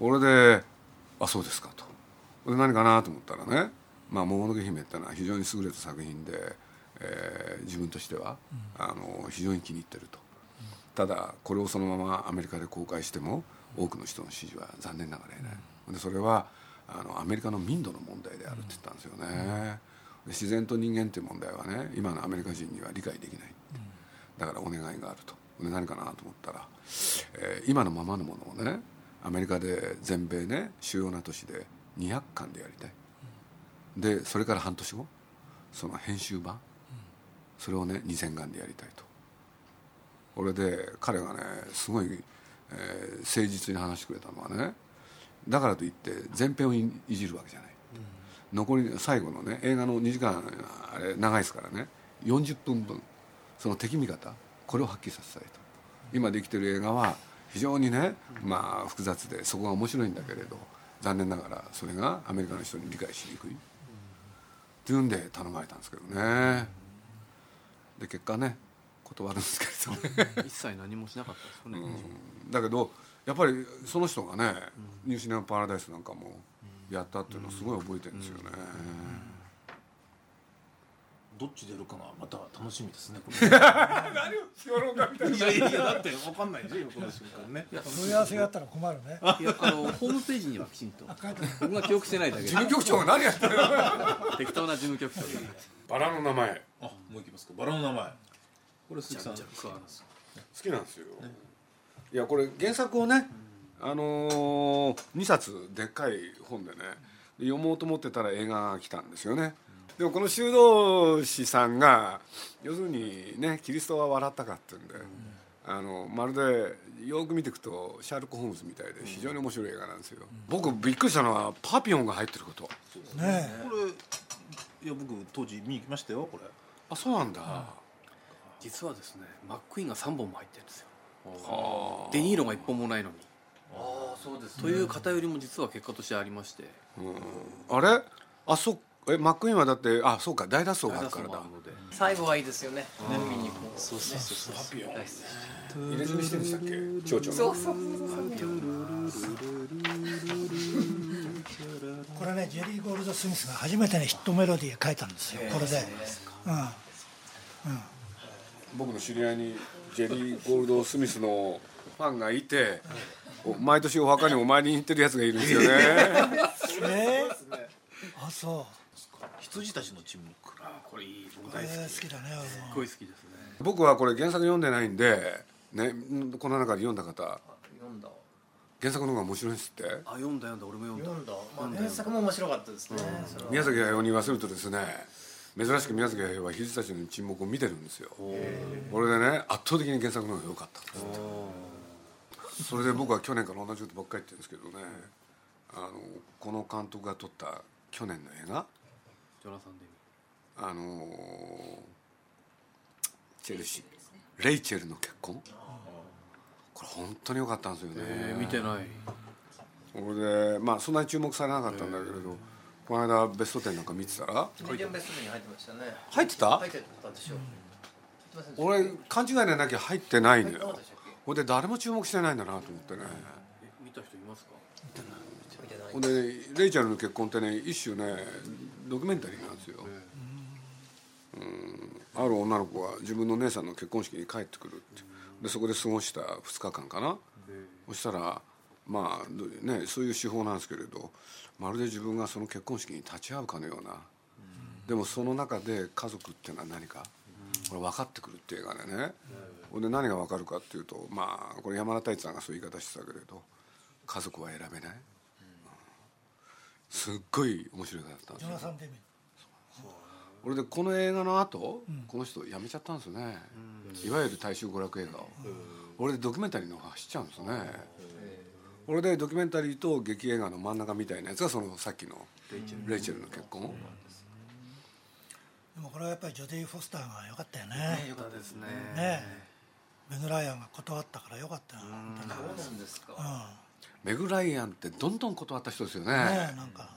Speaker 4: 俺で「あそうですか」とで何かなと思ったらね「まあ、桃の毛姫」ってのは非常に優れた作品で、えー自分としては、あの非常に気に入ってると、ただこれをそのままアメリカで公開しても多くの人の支持は残念ながら得ない、でそれはあのアメリカの民度の問題であるって言ったんですよね、で自然と人間っていう問題はね今のアメリカ人には理解できない、だからお願いがあるとで何かなと思ったら、えー今のままのものをねアメリカで全米ね主要な都市で200巻でやりたい、でそれから半年後その編集版、それをね2000巻でやりたいと俺で彼がねすごい、えー誠実に話してくれたのはねだからといって全編をいいじるわけじゃない、残り最後のね映画の2時間あれ長いですからね40分分その敵味方これを発揮させたいと今できてる映画は非常にね、まあ、複雑でそこが面白いんだけれど残念ながらそれがアメリカの人に理解しにくい、っていうんで頼まれたんですけどねで結果ね断るんですけれどね
Speaker 7: 一切何もしなかったですよね、
Speaker 4: だけどやっぱりその人がね「ニューシネマ・パラダイス」なんかもやったっていうのはすごい覚えてるんですよね、
Speaker 8: どっち出るかがまた楽しみですね。 何をしようかみたいな。いやいやだってわかんないですよこの瞬間ね。
Speaker 1: ど問い合わせがあったら困るね
Speaker 7: いやあのホームページにはきちんと僕が記憶してないだけで
Speaker 4: 事務局長が何やってるの
Speaker 7: 適当な事務局長で
Speaker 4: バラの名前
Speaker 8: あもう行きますか。バラの名前。これ鈴木さん。
Speaker 7: じゃあ僕はあの
Speaker 4: 好きなんですよ、いやこれ原作をね、あのー、2冊でっかい本でねで読もうと思ってたら映画が来たんですよね、でもこの修道士さんが要するにねキリストは笑ったかっていうんで、あのまるでよく見ていくとシャーロック・ホームズみたいで非常に面白い映画なんですよ、僕びっくりしたのはパピオンが入ってること
Speaker 1: ね
Speaker 8: これいや僕当時見に行きましたよこれ。
Speaker 4: あそうなんだ、
Speaker 7: 実はですねマックイーンが3本も入ってるんですよデニーロが1本もないのに
Speaker 2: ああそうです
Speaker 7: という偏りも実は結果としてありまして
Speaker 4: あれあそえマックイーンはだってあそうか大脱走があるからだ
Speaker 7: ので
Speaker 2: 最後はいいですよね見に行こう
Speaker 7: そうそうそうそう大好き
Speaker 4: 入れ墨してるんでしたっけ蝶々の
Speaker 2: そうそう
Speaker 1: これねジェリー・ゴールド・スミスが初めてねヒットメロディー書いたんですよこれでうん
Speaker 4: 僕の知り合いにジェリー・ゴールド・スミスのファンがいてお毎年お墓にお参りに行ってるやつがいるんですよね
Speaker 1: えあそう
Speaker 8: 羊たちの沈黙。あこれいい僕大
Speaker 1: え
Speaker 8: 好き。
Speaker 1: ー好きだね
Speaker 7: すごい好きですね
Speaker 4: 僕はこれ原作読んでないんで、ね、この中で読んだ方
Speaker 2: 読んだ
Speaker 4: 原作の方が面白いんですって
Speaker 7: あ読んだ読んだ俺も読んだ
Speaker 2: 読んだ、まあ、原作も面白かったですね、それは
Speaker 4: 宮崎駿に言わせるとですね珍しく宮崎駿は羊たちの沈黙を見てるんですよこれでね圧倒的に原作の方が良かったっつってそれで僕は去年から同じことばっかり言ってるんですけどねあのこの監督が撮った去年の映画
Speaker 7: ジョナサン・デ
Speaker 4: あのーチェルシーレイチェルの結婚これ本当に良かったんですよね、
Speaker 7: ミ見てない
Speaker 4: これでまあそんなに注目されなかったんだけれど、この間ベスト10なんか見てたら
Speaker 2: メディアムベストに入ってましたね
Speaker 4: 入ってた
Speaker 2: 入ってたでしょすいませんで
Speaker 4: 俺勘違いでなきゃ入ってないの
Speaker 2: したどう
Speaker 4: よ
Speaker 2: でしたっけ
Speaker 4: ほんで誰も注目してないんだなと思ってね
Speaker 7: 見た人いますか
Speaker 2: 見てない
Speaker 4: ほんでレイチャルの結婚ってね一種ねドキュメンタリーなんですよ、うんある女の子が自分の姉さんの結婚式に帰ってくるってでそこで過ごした2日間かなそしたらまあどねそういう手法なんですけれどまるで自分がその結婚式に立ち会うかのようなでもその中で家族っていうのは何かこれ分かってくるって映画でねほんで何が分かるかっていうとまあこれ山田太一さんがそういう言い方してたけれど家族は選べないすっごい面白い映画だったんで
Speaker 1: ジ
Speaker 4: す
Speaker 1: ョ
Speaker 4: よ
Speaker 1: ナサン・デミ
Speaker 4: 俺でこの映画の後、この人辞めちゃったんですよね、いわゆる大衆娯楽映画を、俺でドキュメンタリーの方が走っちゃうんですよね、俺でドキュメンタリーと劇映画の真ん中みたいなやつがそのさっきのレイチェルの結婚、
Speaker 1: でもこれはやっぱりジョディ・フォスターが良かったよね
Speaker 8: よかったですね
Speaker 1: ねベグ・ライアンが断ったから良かったよ本当に
Speaker 2: そうなんですか
Speaker 4: メグ・ライアンってどんどん断った人ですよね
Speaker 1: うんねえなんか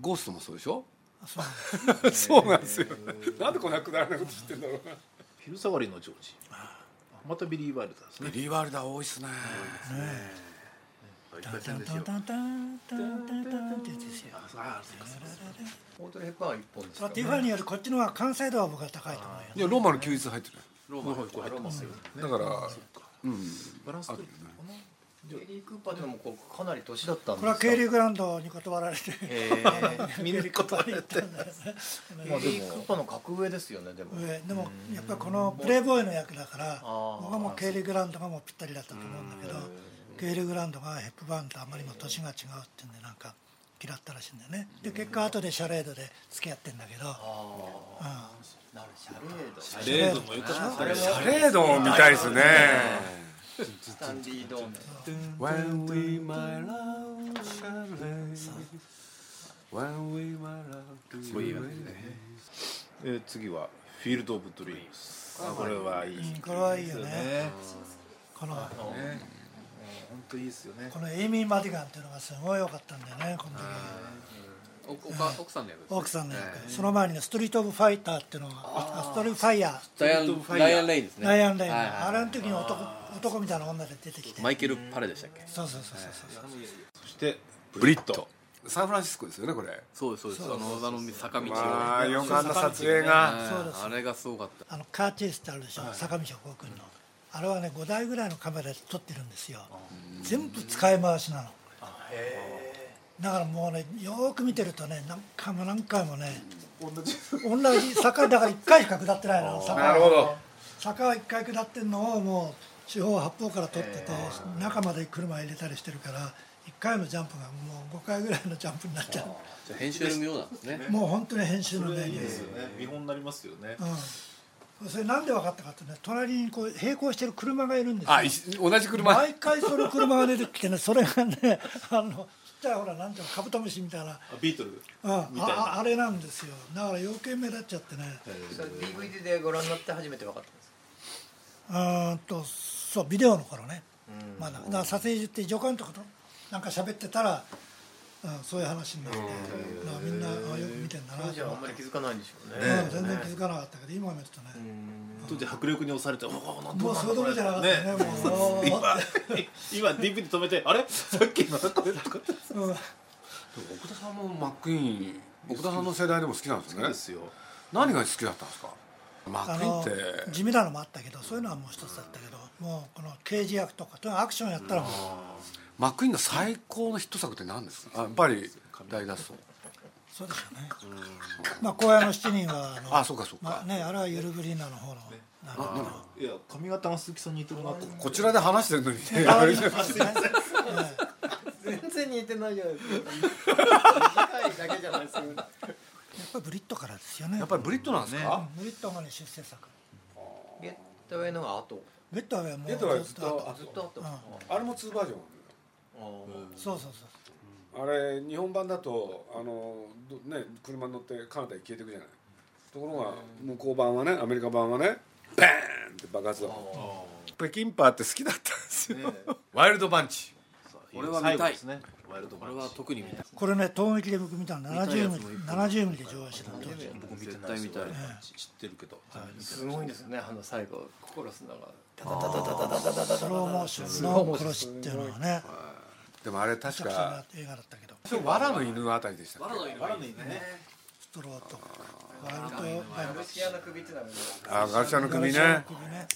Speaker 4: ゴーストもそうでしょ
Speaker 1: そう
Speaker 4: そうなんですよなんでこんなくだらないこと知ってんだろうな
Speaker 8: 昼下がりのジョージまたビリー・ワイルドですね
Speaker 4: リー・ワールダー多いっすね
Speaker 1: タンタンタンタンタンタンタンタンってやつですよ
Speaker 8: ああそうかそうか
Speaker 2: オードリー・ヘッバーンは一本です
Speaker 1: それ
Speaker 2: か
Speaker 1: はティファニーよりこっちの方が完成度は僕は高いと思うよ
Speaker 4: いやローマの休日入ってる
Speaker 7: ローマの
Speaker 8: ここ入ってますよ
Speaker 4: だからうん
Speaker 8: バランス取れてる
Speaker 2: ケリー・クーパーでもこうかなり年だったんです
Speaker 1: これはケイリー・グランドに断られて
Speaker 8: みんな断 れて
Speaker 2: まあでもケリー・クーパーの格上ですよねでも
Speaker 1: 上でもやっぱりこのプレイボーイの役だから
Speaker 2: あー
Speaker 1: 僕はもうケイリー・グランドがもうぴったりだったと思うんだけどケイリー・グランドがヘップバーンとあまりにも年が違うっていうんでなんか嫌ったらしいんだよねで結果後でシャレードで付き合ってんだけど
Speaker 2: ああなるシャレードシャ
Speaker 8: レードもよかった
Speaker 2: レ
Speaker 4: シャレードみたいですね
Speaker 2: スタンディー・ドーム
Speaker 4: When we my love shall lay When we my love
Speaker 7: そういうわけで
Speaker 8: えー次はフィールド・オブ・ドリームスあこれはいい
Speaker 1: これはいいよ
Speaker 8: です
Speaker 1: ねこの
Speaker 8: 本当いいですよね
Speaker 1: このエイミー・マディガンっていうのがすごい良かったんだよねこの時
Speaker 7: おおか奥さんの役ですね
Speaker 1: 奥さんの役その前にねストリート・オブ・ファイターっていうのがあストリート・ファイヤー
Speaker 7: ダイアンダイアン・レインですね
Speaker 1: ライアン・レイン
Speaker 7: はいはい
Speaker 1: あれの時に男男みたいな女で出てきて
Speaker 7: マイケル・パレでしたっけ
Speaker 1: そうそうそうそうそう
Speaker 8: そして
Speaker 4: ブリットサンフランシスコですよねこれ
Speaker 7: そうですそうですあのあの坂道を
Speaker 4: まあよくあんな撮影
Speaker 7: は
Speaker 4: が
Speaker 7: い
Speaker 1: そうです
Speaker 7: あれがすごかった
Speaker 1: あのカーチェイスってあるでしょ、坂道をこう来るの、あれはね5台ぐらいのカメラで撮ってるんですよ、全部使い回しなのだからもうねよーく見てるとね何回も何回もね同じ坂だから1回しか下ってない の坂なるほど坂は1回下ってんのをもう四方八方から撮ってて、中まで車入れたりしてるから1回のジャンプがもう5回ぐらいのジャンプになっちゃう
Speaker 7: じゃあ編集の妙なんですね
Speaker 1: もう本当に編集の
Speaker 8: こ
Speaker 1: 名
Speaker 8: れいい
Speaker 1: 言
Speaker 8: ですよね見本になりますよね
Speaker 1: うん、それなんで分かったかとね隣にこう並行してる車がいるんですよ
Speaker 4: あい同じ車
Speaker 1: 毎回その車が出てきてね それがねあのちっちゃいほらなんていうのカブトムシみたいな、
Speaker 8: あビートルズ
Speaker 1: うん、あ
Speaker 8: みたいな
Speaker 1: ああれなんですよだから余計目立っちゃってね
Speaker 2: それ DVD でご覧になって初めて分かったんです
Speaker 1: うーんとそうビデオの頃ね、まだだから撮影所って助監督となんか喋ってたら、うん、そういう話になって、だからみんなあよく見てんだな
Speaker 2: 当時
Speaker 1: と
Speaker 2: はあ
Speaker 1: 思って
Speaker 2: んまり気づかないんでしょうね
Speaker 1: うん、全然気づかなかったけど今見るとね、
Speaker 8: 当時迫力に押されて「おおなん
Speaker 1: もうそれどころじゃなかったよねも う
Speaker 8: 今 DV で止めてあれ さっきのこれとかって
Speaker 1: うん
Speaker 4: 奥田さんもマックイーン奥田さんの世代でも好きなんですね
Speaker 8: ですよ
Speaker 4: 何が好きだったんですかマ
Speaker 1: あ
Speaker 4: ックイーン
Speaker 1: の
Speaker 4: って
Speaker 1: 地味なのもあったけどそういうのはもう一つだったけどもうこの刑事役とかとにかくアクションやったらもう
Speaker 4: マックイーンの最高のヒット作って何ですかあやっぱり大脱走
Speaker 1: そうですよねまあ「荒野の七人は」あの
Speaker 4: あそうかそう
Speaker 1: まあ
Speaker 4: か
Speaker 1: ねあれはユル・ブリーナの方のなんか
Speaker 8: いや髪型が鈴木さんに似てるなと思って
Speaker 4: こちらで話してるのにね
Speaker 1: あれ ですねね
Speaker 2: 全然似てないじゃないですか短いだけじゃないですか
Speaker 1: やっぱりブリットからですよね
Speaker 4: やっぱりブリットなんですか
Speaker 1: ブリットがね出世作
Speaker 2: ゲットウェイのが後
Speaker 1: ベッドはも
Speaker 4: ゲットは
Speaker 1: う
Speaker 4: ず
Speaker 1: ず
Speaker 4: っ
Speaker 1: っ
Speaker 4: と
Speaker 1: と
Speaker 4: あ
Speaker 2: ずっと後あ
Speaker 4: あれも2バージョン
Speaker 2: あ
Speaker 1: そうそうそう
Speaker 4: あれ日本版だとあのどね車に乗ってカナダへ消えていくじゃないところが向こう版はねアメリカ版はねバーンって爆発だ北京パーって好きだったんですよ、ワイルドバンチ
Speaker 7: これは見たい
Speaker 8: ですねワイルド
Speaker 7: こ
Speaker 8: マッ
Speaker 7: れは
Speaker 8: チ
Speaker 7: 特に見たい
Speaker 1: これね遠域で僕見たの70ミ
Speaker 7: 見た
Speaker 1: リ
Speaker 7: いやつも
Speaker 1: 70ミリで上映してたの当時
Speaker 8: 僕見てな
Speaker 7: 絶
Speaker 8: いで
Speaker 7: 対
Speaker 8: す
Speaker 7: 見
Speaker 8: よ
Speaker 7: たい
Speaker 8: 知ってるけど
Speaker 2: すごいんですよねあの最後コロスのが
Speaker 1: スローモーションの殺しっていうのはね
Speaker 4: でもあれ
Speaker 1: めち
Speaker 4: 確
Speaker 1: ゃくちゃな
Speaker 4: か
Speaker 1: 映画だったけど
Speaker 4: それ藁の犬のあたりでしたっけ
Speaker 1: ストローとワイルドバイブ
Speaker 2: ロシアの首ってなる
Speaker 4: あガルシャの首
Speaker 1: ガラ
Speaker 4: ね
Speaker 1: シャの首ね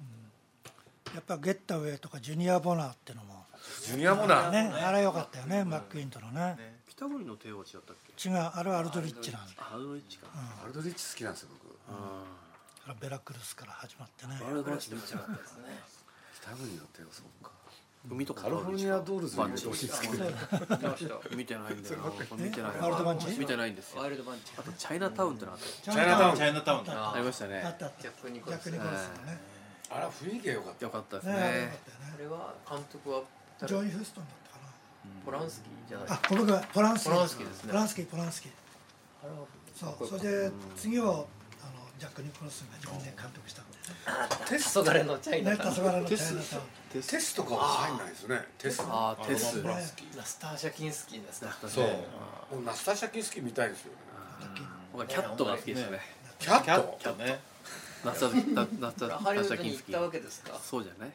Speaker 1: うんやっぱゲッタウェイとかジュニア・ボナーってのも
Speaker 4: ジュニアもな
Speaker 1: ねあれ良かったよねマック・イントのね
Speaker 7: ピタゴリの帝王は違ったっけ
Speaker 1: 違うあれはアルドリッチなんで
Speaker 7: ハードリッチか
Speaker 4: アルドリッチ好きなんですよ僕
Speaker 1: ベラクルスから始まってね
Speaker 7: ハードリッチ見ちゃう
Speaker 4: 北国の手をそうか
Speaker 7: 海とか
Speaker 4: カリフォルニアドールズ
Speaker 7: バ
Speaker 4: 見
Speaker 7: ン
Speaker 4: て
Speaker 7: チ
Speaker 4: ほしいですけど
Speaker 7: 見てないんだよなこれ見てない
Speaker 1: えワールドバンチ
Speaker 7: 見てないんですよ
Speaker 2: ワイルドバンチ
Speaker 7: あとチャイナタウンってのあっ
Speaker 1: チ
Speaker 8: チャイナタウンチャイナタウン
Speaker 7: たありましたね
Speaker 1: あったあった
Speaker 2: 逆にこれ
Speaker 1: 逆にこれですよね
Speaker 4: あら雰囲気が良かっ
Speaker 7: よかったです
Speaker 1: ねあれ良か
Speaker 7: ね
Speaker 1: ったよね
Speaker 2: これは監督は
Speaker 1: ジョイ・フーストンだったかな
Speaker 2: ポランスキーじゃない
Speaker 1: あ、これがポランスキー。
Speaker 2: ポランスキーですね
Speaker 1: ポランスキー、ポランスキー。
Speaker 2: あれは
Speaker 1: そう、それで次をあのジャック・ニコルソンが自分で監督したんで
Speaker 2: テスソガレのチャイ
Speaker 1: ね。ね、
Speaker 2: ナタウ
Speaker 1: 黄
Speaker 2: ン
Speaker 1: 昏のチャイナタウン。
Speaker 4: たテスとかは入んないですねテスも
Speaker 7: ああテス
Speaker 1: ね
Speaker 2: スターシャキンスキーですね
Speaker 4: そうもうナスタシャキンスキー見たいですよね
Speaker 7: 僕はキャットが好きでしたね
Speaker 4: キャ
Speaker 8: キャ
Speaker 4: ッ
Speaker 8: ッ
Speaker 4: ト
Speaker 8: トね
Speaker 7: ナスタナナスタ
Speaker 2: ハリウ
Speaker 7: ナスタ
Speaker 2: ッド
Speaker 7: キ
Speaker 2: に
Speaker 7: ン
Speaker 2: 行
Speaker 7: ス
Speaker 2: っ
Speaker 7: キ
Speaker 2: たわ
Speaker 7: ー
Speaker 2: けですか
Speaker 7: そうじゃない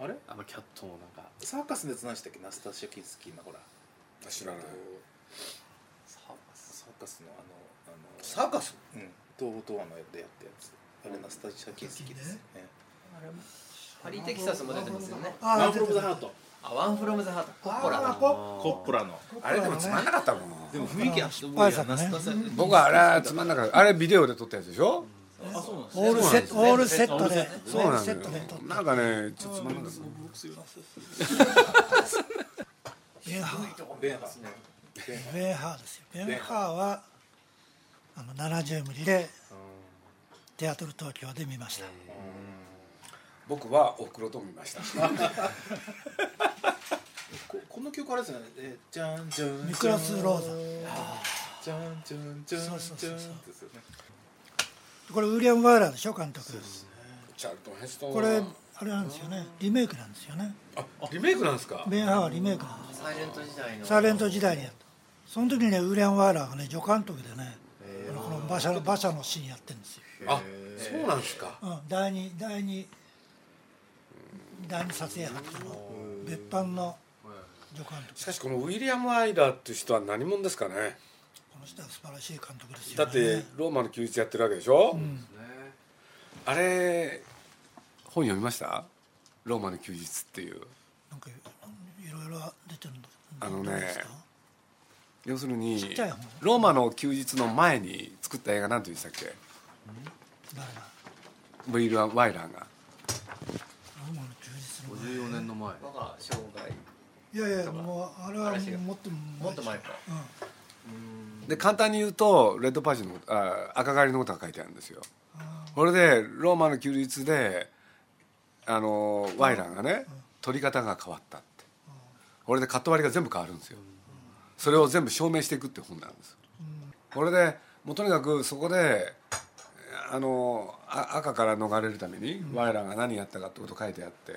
Speaker 8: あれ
Speaker 7: あのキャットもなんか
Speaker 8: サーカスのやつ何したっけナスタシャキンスキーのほら
Speaker 4: 知らない
Speaker 8: サーカスサーカスのあのあのサーカスうん東東亜のやつでやったやつあれナスタシャキンスキーですね
Speaker 2: ハリー・テキサスも出てますよね
Speaker 1: あ
Speaker 8: ワンフロムザハート
Speaker 2: あワンフロムザハートコッポラ
Speaker 1: あ
Speaker 2: の
Speaker 1: ーコ
Speaker 8: コップラの
Speaker 4: あれでもつまんなかったもん
Speaker 8: でも雰囲気あった
Speaker 1: パイ作ね
Speaker 4: 僕はあれつまんなかったあれビデオで撮ったやつでしょ
Speaker 8: あそうなんです
Speaker 1: オールセット、オールセットで、
Speaker 4: そうな
Speaker 1: オール
Speaker 4: ん
Speaker 1: セ
Speaker 4: だよ
Speaker 1: ットで撮っ
Speaker 4: なんかねちょっとつまんなかった
Speaker 8: ベンハ
Speaker 1: た。ベンハ
Speaker 8: ー
Speaker 1: ー、ベンハーですよ。ベンハーはあの70ミリでテアトル東京で見ました。
Speaker 4: 僕はおふくろと見ま した
Speaker 8: ここの曲あれですよねえーじゃんじゃん
Speaker 1: ニクラス・ロー
Speaker 8: じゃんじゃんじゃんじゃん
Speaker 1: そうそうそうそう
Speaker 8: ですよね
Speaker 1: ザ。これウィリアム・ワイラーでしょ監督。
Speaker 4: チャルトンヘストン
Speaker 1: これあれなんですよね。リメイクなんですよね。
Speaker 4: リメイクなんですか
Speaker 1: ベンハーはリメイクなんです。
Speaker 2: サイレント時代の
Speaker 1: サイレント時代にやったその時にねウーリアン・ワイラーがね助監督でね、あのこの馬車の馬車のシーンやってるんですよ、
Speaker 4: あそうなんですか
Speaker 1: うん、第二第二第二撮影博の別班の助監督
Speaker 4: しかしこのウィリアム・アイラーっていう人は何者ですかね
Speaker 1: この人は素晴らしい監督ですよ、ね、
Speaker 4: だってローマの休日やってるわけでしょ、あれ本読みました「ローマの休日」っていう
Speaker 1: なんかいろいろ出てるんだ
Speaker 4: あのね
Speaker 1: どうですか
Speaker 4: 要するに
Speaker 1: ちゃい本
Speaker 4: ローマの休日の前に作った映画なんて言ってたっけ
Speaker 1: 誰が
Speaker 4: ウィリアム・ワイラーが
Speaker 1: ローマの休日の
Speaker 7: 54年の前
Speaker 2: 我が生涯
Speaker 1: いやいやもうあれはもうもっと
Speaker 2: もっと前か
Speaker 1: うん
Speaker 4: で簡単に言うとレッドパージのことあ赤狩りのことが書いてあるんですよそれでローマの休日であのワイラーがね取り方が変わったってこれでカット割りが全部変わるんですよそれを全部証明していくって本なんですこれでもうとにかくそこであのあ赤から逃れるためにワイラーが何やったかってことを書いてあって、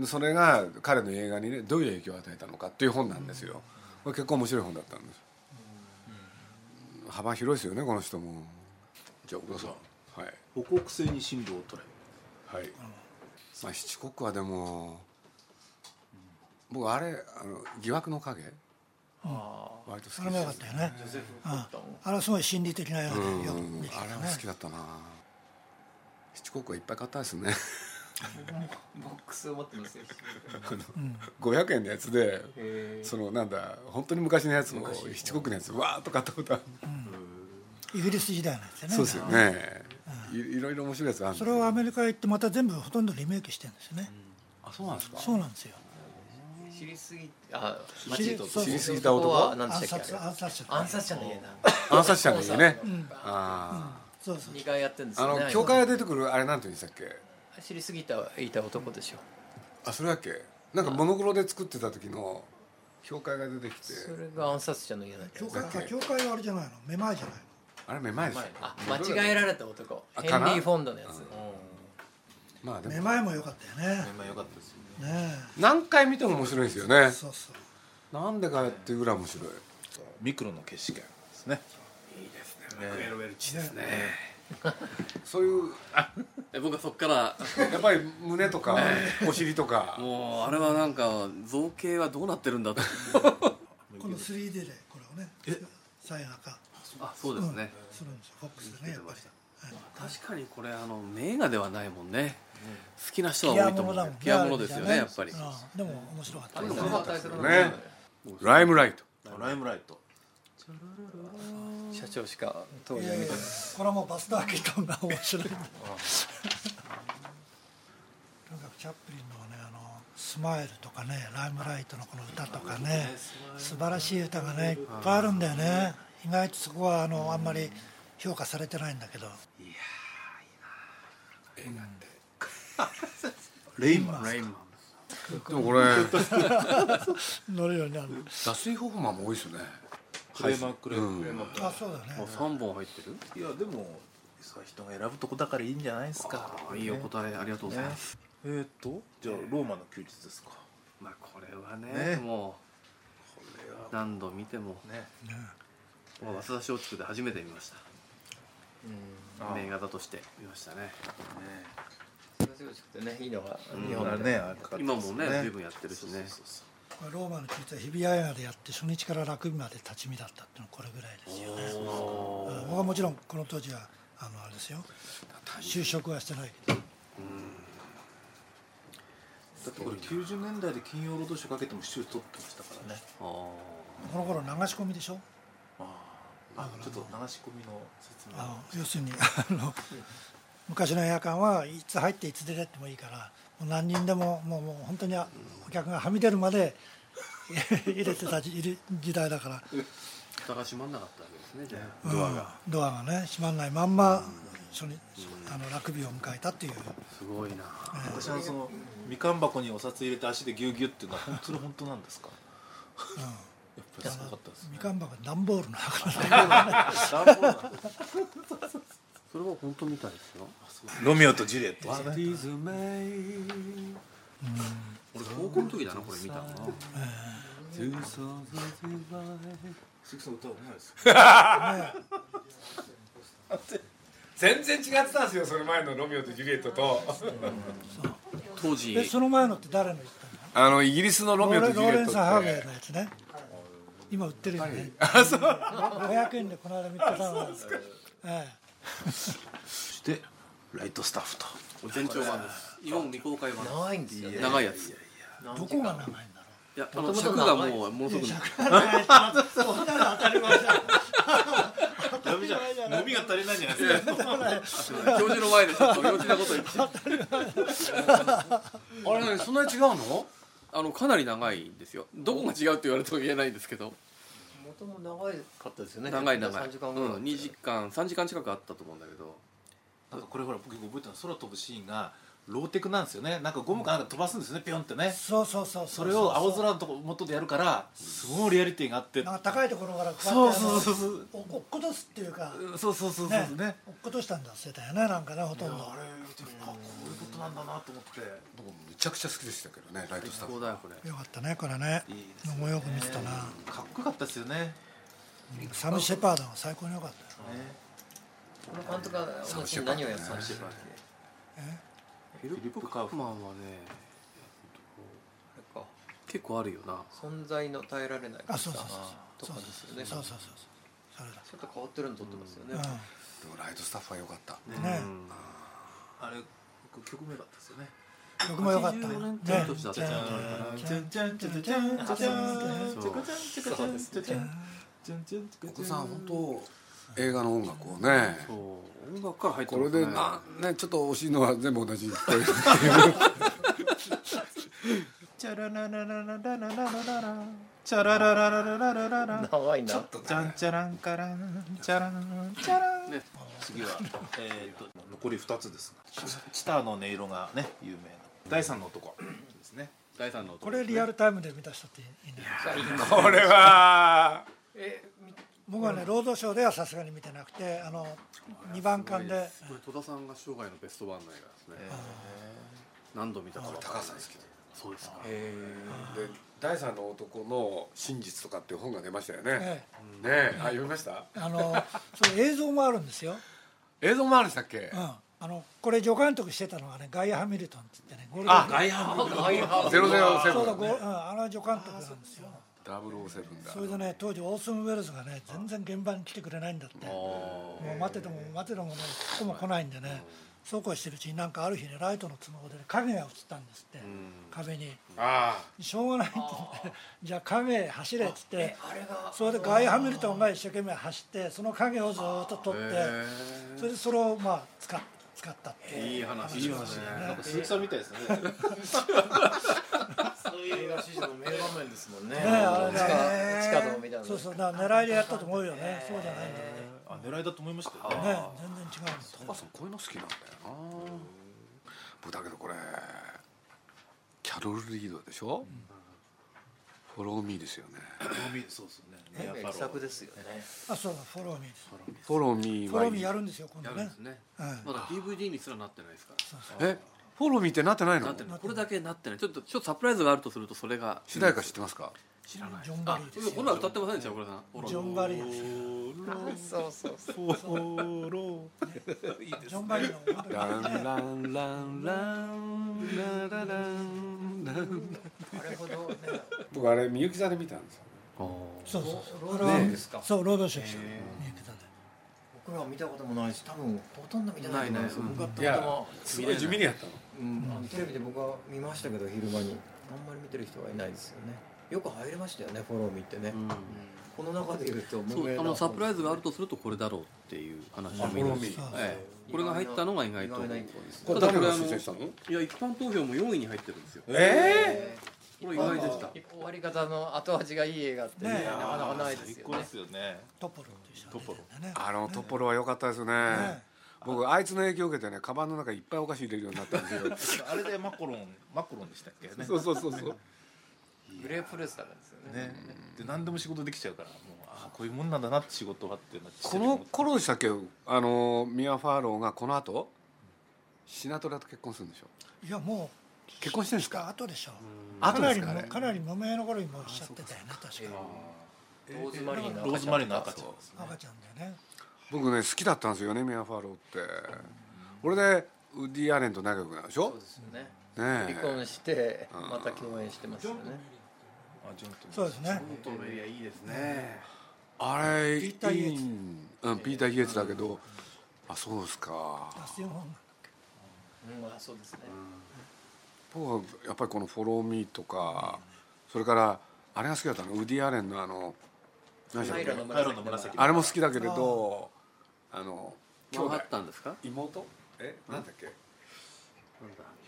Speaker 4: でそれが彼の映画にねどういう影響を与えたのかっていう本なんですよこれ結構面白い本だったんです幅広いですよねこの人もじゃあ奥田さんはい
Speaker 8: 北国星に進路を取れ
Speaker 4: はい、まあ、七国はでも僕あれあの疑惑の影割と好き
Speaker 1: あれもよかったよね、うん、あれはすごい心理的な映画でよくできた
Speaker 4: あ
Speaker 1: ね
Speaker 4: れも好きだったな七国はいっぱい買ったですね
Speaker 2: ボックスを持ってますよ
Speaker 4: 500円のやつでそのなんだ本当に昔のやつを七国のやつわーっと買ったことある、
Speaker 1: イギリス時代のやつよね
Speaker 4: そうですよね、いいろいろ面白いやつあるんで
Speaker 1: そ
Speaker 4: す
Speaker 1: れ
Speaker 4: よ
Speaker 1: をアメリカへ行ってまた全部ほとんどリメイクしてるんですよね、
Speaker 4: あそうなんですか
Speaker 1: そうなんですよ
Speaker 2: 知りすぎあ
Speaker 1: 知りそう
Speaker 4: 知りすぎた男
Speaker 2: は何
Speaker 1: 暗
Speaker 2: でしたっけ
Speaker 1: 殺
Speaker 2: あれ
Speaker 1: 暗殺者
Speaker 2: 暗殺者の家だ
Speaker 4: 暗殺者の家ね、
Speaker 1: ん
Speaker 4: あ
Speaker 1: そうそう
Speaker 2: 二回やってるんです
Speaker 4: ああ
Speaker 2: よね
Speaker 4: の教会が出てくるあれなんて言うんでしたっけ
Speaker 2: 知りすぎたいた男でしょ
Speaker 4: あそれだっけなんかモノクロで作ってた時の教会が出てきて
Speaker 2: それが暗殺者の家だっけ
Speaker 1: 教会
Speaker 4: だっけ
Speaker 1: あ教会はあれじゃないのめまいじゃない
Speaker 4: あれめまいですよ
Speaker 2: あ間違えられた男
Speaker 4: あ
Speaker 2: ヘンリ
Speaker 4: かな
Speaker 2: ー・フォンドのやつ
Speaker 4: まあで
Speaker 1: め
Speaker 4: も
Speaker 1: まいも良かったよね
Speaker 6: 今良かったですよね
Speaker 1: ね
Speaker 4: 何回見ても面白いですよ
Speaker 1: え
Speaker 4: ね
Speaker 1: そうそう
Speaker 4: なんでかっていうぐらい面白い
Speaker 6: ミクロの景色ですね
Speaker 4: そういう
Speaker 7: え僕はそっから
Speaker 4: やっぱり胸とかお尻とか
Speaker 7: もうあれはなんか造形はどうなってるんだと
Speaker 1: この 3D でこれをねサイン赤
Speaker 7: あそうですね、
Speaker 1: するんですよフォックスでねやっぱり、はい
Speaker 7: 確かにこれあの名画ではないもんね、好きな人は多いと思うピアノですよねやっぱり、
Speaker 1: うんでも面白かった
Speaker 7: ん
Speaker 4: ねライムライト
Speaker 6: ライムライト
Speaker 2: 社長しか当
Speaker 1: い
Speaker 2: 時
Speaker 1: や
Speaker 2: はい見
Speaker 1: や
Speaker 2: てない
Speaker 1: これはもうバスターキートンが面白いんだとにかくチャップリンのねあのスマイルとかねライムライトのこの歌とかね素晴らしい歌がねいっぱいあるんだよね意外とそこはあのあんまり評価されてないんだけど
Speaker 6: レインマン
Speaker 7: ラインマン
Speaker 4: でもこれ
Speaker 1: 乗るようになる
Speaker 4: 脱水ホフマンも多いですよね
Speaker 6: クレーマークレーマ
Speaker 4: うん
Speaker 6: ークレーマー
Speaker 1: あそうだ
Speaker 7: も
Speaker 1: ね
Speaker 7: う3本入ってる
Speaker 6: いやでもさ人が選ぶとこだからいいんじゃないですか
Speaker 7: あいいお答えありがとうございます、
Speaker 6: えーっとじゃあローマの休日ですか
Speaker 7: まあこれはね
Speaker 6: ね
Speaker 7: もう何度見ても
Speaker 6: ね
Speaker 7: もう早稲田松竹で初めて見ました
Speaker 6: あ
Speaker 7: 名画だとして見ましたね
Speaker 2: それがすごいしくてねいいのが日本
Speaker 6: だ
Speaker 2: だ
Speaker 6: ね
Speaker 2: ね
Speaker 6: あれか
Speaker 7: 今もね随分やってるしね
Speaker 1: これローマの実は日比谷映画でやって初日から楽日まで立ち見だったっていうのはこれぐらいですよねうん僕はもちろんこの当時はあのあれですよ就職はしてないけど
Speaker 6: だってこれ90年代で金曜ロードショーかけても週取ってましたからね
Speaker 7: あー
Speaker 1: この頃流し込みでしょ
Speaker 6: あちょっと流し込みの説明
Speaker 1: あの要するに あの昔の映画館はいつ入っていつ出てってもいいからもう何人でももうもう本当にあお客がはみ出るまで 入れてた時入れ時代だから、
Speaker 7: 蓋が閉まんなかったわけですねじゃあ
Speaker 1: うんドアがね閉まんないまんま初日あの楽日を迎えたっていう
Speaker 7: すごいな
Speaker 6: 私はそのみかん箱にお札入れて足でギュギュっていうのは本当に本当なんですかやっぱりすごかったです
Speaker 1: みかん箱段ボールの箱なんだ
Speaker 7: それは本当みたいですよ
Speaker 6: ロミオとジュリエットですね
Speaker 7: 俺高校の時だなこれ見たのな
Speaker 6: 鈴木さん歌うまいです
Speaker 4: 全然違ってたんですよその前のロミオとジュリエットと
Speaker 7: 当時
Speaker 1: えその前のって誰の言ったの
Speaker 4: あのイギリスのロ
Speaker 1: ロ
Speaker 4: ミオと
Speaker 1: ー
Speaker 4: ジュリ
Speaker 1: レ
Speaker 4: エッ
Speaker 1: ン
Speaker 4: ト
Speaker 1: ス・ハー
Speaker 4: っ
Speaker 1: ベ
Speaker 4: て
Speaker 1: イのやつね今売ってるよね500円でこの間見てたのええ
Speaker 6: そしてライトスタッフと
Speaker 7: 全長版です今も未公開版です
Speaker 2: 長いんですよね
Speaker 7: 長いやつい
Speaker 1: どこが長いんだろう
Speaker 7: やあの尺がもうものすごく
Speaker 6: ダメじゃん飲みが足りないんじゃないですか
Speaker 7: 教授の前でちょっと幼稚なこと言って
Speaker 4: あれ何そんなに違うの
Speaker 7: あのかなり 長いんですよどこが違うって言われても言えないんですけど
Speaker 2: 元も長いかったですよね
Speaker 7: 長い長い
Speaker 2: 3時間ぐらい、
Speaker 7: うん、2時間3時間近くあったと思うんだけど
Speaker 6: なんかこれほら僕覚えてるの空飛ぶシーンがローテクなんですよねなんかゴムかなんか飛ばすんですよねピョンってね
Speaker 1: そうそうそう
Speaker 6: それを青空のとこ元でやるからすごいリアリティがあって
Speaker 1: なんか高いところから
Speaker 6: そうそうそううそう
Speaker 1: 落っことすっていうか
Speaker 6: そうそうそうそう
Speaker 1: ね
Speaker 6: ね
Speaker 1: 落っことしたんだしてたよねなんかねほとんど
Speaker 6: あれ見てみあこういうことなんだなと思って
Speaker 4: 僕めちゃくちゃ好きでしたけどねライトスタ
Speaker 7: 最
Speaker 4: ッ
Speaker 7: 高
Speaker 4: フ
Speaker 7: だよこれ
Speaker 1: よかったねこれね
Speaker 6: いいですね
Speaker 1: 僕もよく見てたな
Speaker 6: かっこよかったですよね
Speaker 1: サム・シェパードが最高によかったよ
Speaker 2: この監督は
Speaker 4: サムシェパード
Speaker 2: 何をやってたんでしょうか
Speaker 7: フィリップ・カウフマンはね
Speaker 2: あれか
Speaker 7: 結構あるよな
Speaker 2: 存在の耐えられない
Speaker 1: あそうそうそう
Speaker 2: とかですよね
Speaker 1: そうそうそうそう
Speaker 2: ちょっと変わってるの撮ってますよね、
Speaker 1: それだ
Speaker 4: でもライトスタッフは良かった
Speaker 1: うんね
Speaker 6: あれ僕曲名だったですよね
Speaker 1: 曲もよかった
Speaker 7: 84
Speaker 1: ね
Speaker 7: 年っていう年だったよね
Speaker 4: お子さん本当映画の音楽をね
Speaker 7: そう音楽から入って
Speaker 4: これ
Speaker 7: す
Speaker 4: で
Speaker 7: ね
Speaker 4: なねちょっと惜しいのは全部同じ聞こ える
Speaker 7: ね
Speaker 2: 長いな
Speaker 6: 次は、えー、と残り2つですがチターの音色がね有名な第三の男ですね
Speaker 7: 第三の音
Speaker 1: これリアルタイムで見た人っていいね
Speaker 4: これは
Speaker 1: 僕はね労働省ではさすがに見てなくてあの2番館で
Speaker 7: これ戸田さんが生涯のベストワンの映画ですね何度見たか
Speaker 4: これ
Speaker 7: わかん
Speaker 4: 高
Speaker 7: な
Speaker 4: 橋
Speaker 7: い
Speaker 4: さん好きで
Speaker 6: そうですか
Speaker 7: へ
Speaker 4: で第三の男の真実とかっていう本が出ましたよね。ね
Speaker 1: え
Speaker 4: え、あ読みました？
Speaker 1: あのそれ映像もあるんですよ、
Speaker 4: 映像もあるんでしたっけ
Speaker 1: うん、？あのこれ助監督してたのがねガイア・ハミルトンって言ってねゴールデン
Speaker 4: あ
Speaker 1: ガイ
Speaker 4: ゼロゼロセ
Speaker 1: そうだ、
Speaker 4: ブ
Speaker 1: ゴー
Speaker 4: ン。
Speaker 1: ルうん、あの助監督なんですよ
Speaker 4: ダブルセブンだ
Speaker 1: そ。れでね当時オースン・ウェルズがね全然現場に来てくれないんだってもう待ってても待っててもねここも来ないんでねそうこうしてるうちになんかある日ねライトの都合でね影が映ったんですって壁に
Speaker 4: あ
Speaker 1: しょうがないって言ってじゃあ影へ走れっつってそれでガイ・ハミルトンが一生懸命走ってその影をずーっと撮ってそれでそれをまあ使っ使ったっていう
Speaker 8: いい話いい話
Speaker 6: なんか鈴木さんみたいですね
Speaker 2: 映画史上の名場面ですもんね。
Speaker 1: ねあれだね
Speaker 2: 地下地下道みたいな。
Speaker 1: そうそうだから狙いでやったと思うよねそうじゃないんだよ
Speaker 6: あ狙いだと思いましたよ
Speaker 1: ね
Speaker 6: ね
Speaker 1: ね全然違うんですよ
Speaker 4: あ、高橋さんこういうの好きなんだよな。僕だけどこれキャロルリードでしょ？フォローミーですよね。
Speaker 6: そうですね
Speaker 2: ね
Speaker 6: ミヤ
Speaker 2: 力
Speaker 6: ファロ
Speaker 2: 作ですよね。
Speaker 1: あそうだフォローミーです
Speaker 4: フォローミー
Speaker 1: フォ
Speaker 4: は
Speaker 1: ロ
Speaker 4: い
Speaker 1: ーミー
Speaker 4: い
Speaker 1: やるんですよ今度ね
Speaker 7: ね
Speaker 1: うん
Speaker 7: まだ DVD にすらなってないですから
Speaker 4: え、フォローミーってなってない
Speaker 7: な
Speaker 4: の
Speaker 7: って？ないこれだけなってないちょっとちょっとサプライズがあるとするとそれが
Speaker 4: 主題歌知ってますか？
Speaker 7: 知らない
Speaker 1: ジョンバ
Speaker 7: あ
Speaker 1: リーで
Speaker 7: こんなの歌ってませんでしたよこれさんほら
Speaker 1: ジョンバリーですよ
Speaker 2: そうそうそう。
Speaker 1: ジョンバリーの本
Speaker 4: ラン
Speaker 1: 当にね
Speaker 4: ランランランララランラン。
Speaker 2: あれほどね。
Speaker 4: 僕あれみゆき座で見たんですよ。
Speaker 1: そうそうそうあれ
Speaker 2: ロー
Speaker 1: は
Speaker 2: ドですか。
Speaker 1: そう労働省でした見えてたんだよ
Speaker 2: 僕らは見たこともないし、多分ほとんど見てないと思いますよ。僕はた
Speaker 4: いや
Speaker 2: またま、
Speaker 4: すごい地味にやったの。
Speaker 2: うん、あのテレビで僕は見ましたけど昼間にあんまり見てる人はいないですよね。よく入れましたよねフォロー見てね。この中で言うと
Speaker 7: そ
Speaker 2: 無名
Speaker 7: う
Speaker 2: な
Speaker 7: あのサプライズがあるとするとこれだろうっていう話も
Speaker 4: フォローミー。
Speaker 7: ええこれが入ったのが意外と
Speaker 2: 意外な一個ですね
Speaker 4: これ誰が推薦したの？
Speaker 7: いや一般投票も4位に入ってるんですよ
Speaker 4: え
Speaker 7: これ意外でした
Speaker 2: 終わり方の後味がいい映画ってね、
Speaker 1: ねえ
Speaker 2: なかなかないです
Speaker 6: 最
Speaker 2: よ
Speaker 6: 高
Speaker 2: ね
Speaker 6: で。すよね
Speaker 1: トポロっていう人が出てんだよね
Speaker 4: あのトッポロは良かったですね
Speaker 1: ね。
Speaker 4: 僕あいつの影響を受けてね、カバンの中いっぱいお菓子入れるようになったんです
Speaker 6: あれでマコロンマコロンでしたっけね
Speaker 4: よ。そうそうそうそう。
Speaker 2: グレープフルーツだからですよね。
Speaker 6: ねで何でも仕事できちゃうからもうああこういうもんなんだなって仕事はってなって
Speaker 4: この頃でしたっけ？あのミアファーローがこの後シナトラと結婚するんでしょ？
Speaker 1: いやも
Speaker 4: 結婚してるんです
Speaker 1: うか
Speaker 4: か？
Speaker 1: 後でしょか
Speaker 4: 後
Speaker 1: な
Speaker 4: で
Speaker 1: り
Speaker 4: すか
Speaker 1: も
Speaker 4: ね。
Speaker 1: かなり無名の頃にもしちゃってたよね確か
Speaker 2: ローズマリーの
Speaker 6: ローズマリーの赤
Speaker 2: ち
Speaker 6: ちゃんですね
Speaker 1: 赤ちゃんだよね
Speaker 4: 僕ね好きだったんですよねミアファーローって。これでウッディアレンと仲良くなるでし
Speaker 2: ゃん。
Speaker 4: ょ
Speaker 2: そう？ですよね。
Speaker 4: ねえ
Speaker 2: 離婚してまた共演してますよね。
Speaker 6: あジョンと
Speaker 1: そうですね
Speaker 7: いいですね
Speaker 4: あれ
Speaker 1: ピーターイエーツ
Speaker 4: いいんうんピーター・イエーツだけど、あそうですか
Speaker 1: ダスティン・ホーン
Speaker 2: うん、あそうですね。
Speaker 4: 僕はやっぱりこの「フォロー・ミー」とか、それからあれが好きだったのウディ・アレンのあの何でしたっ
Speaker 2: カイ
Speaker 4: け
Speaker 2: ロの
Speaker 6: カイロの
Speaker 2: 紫
Speaker 6: 紫
Speaker 4: あれも好きだけれどあの
Speaker 7: マンハッタンですか
Speaker 4: 妹えなんだっけ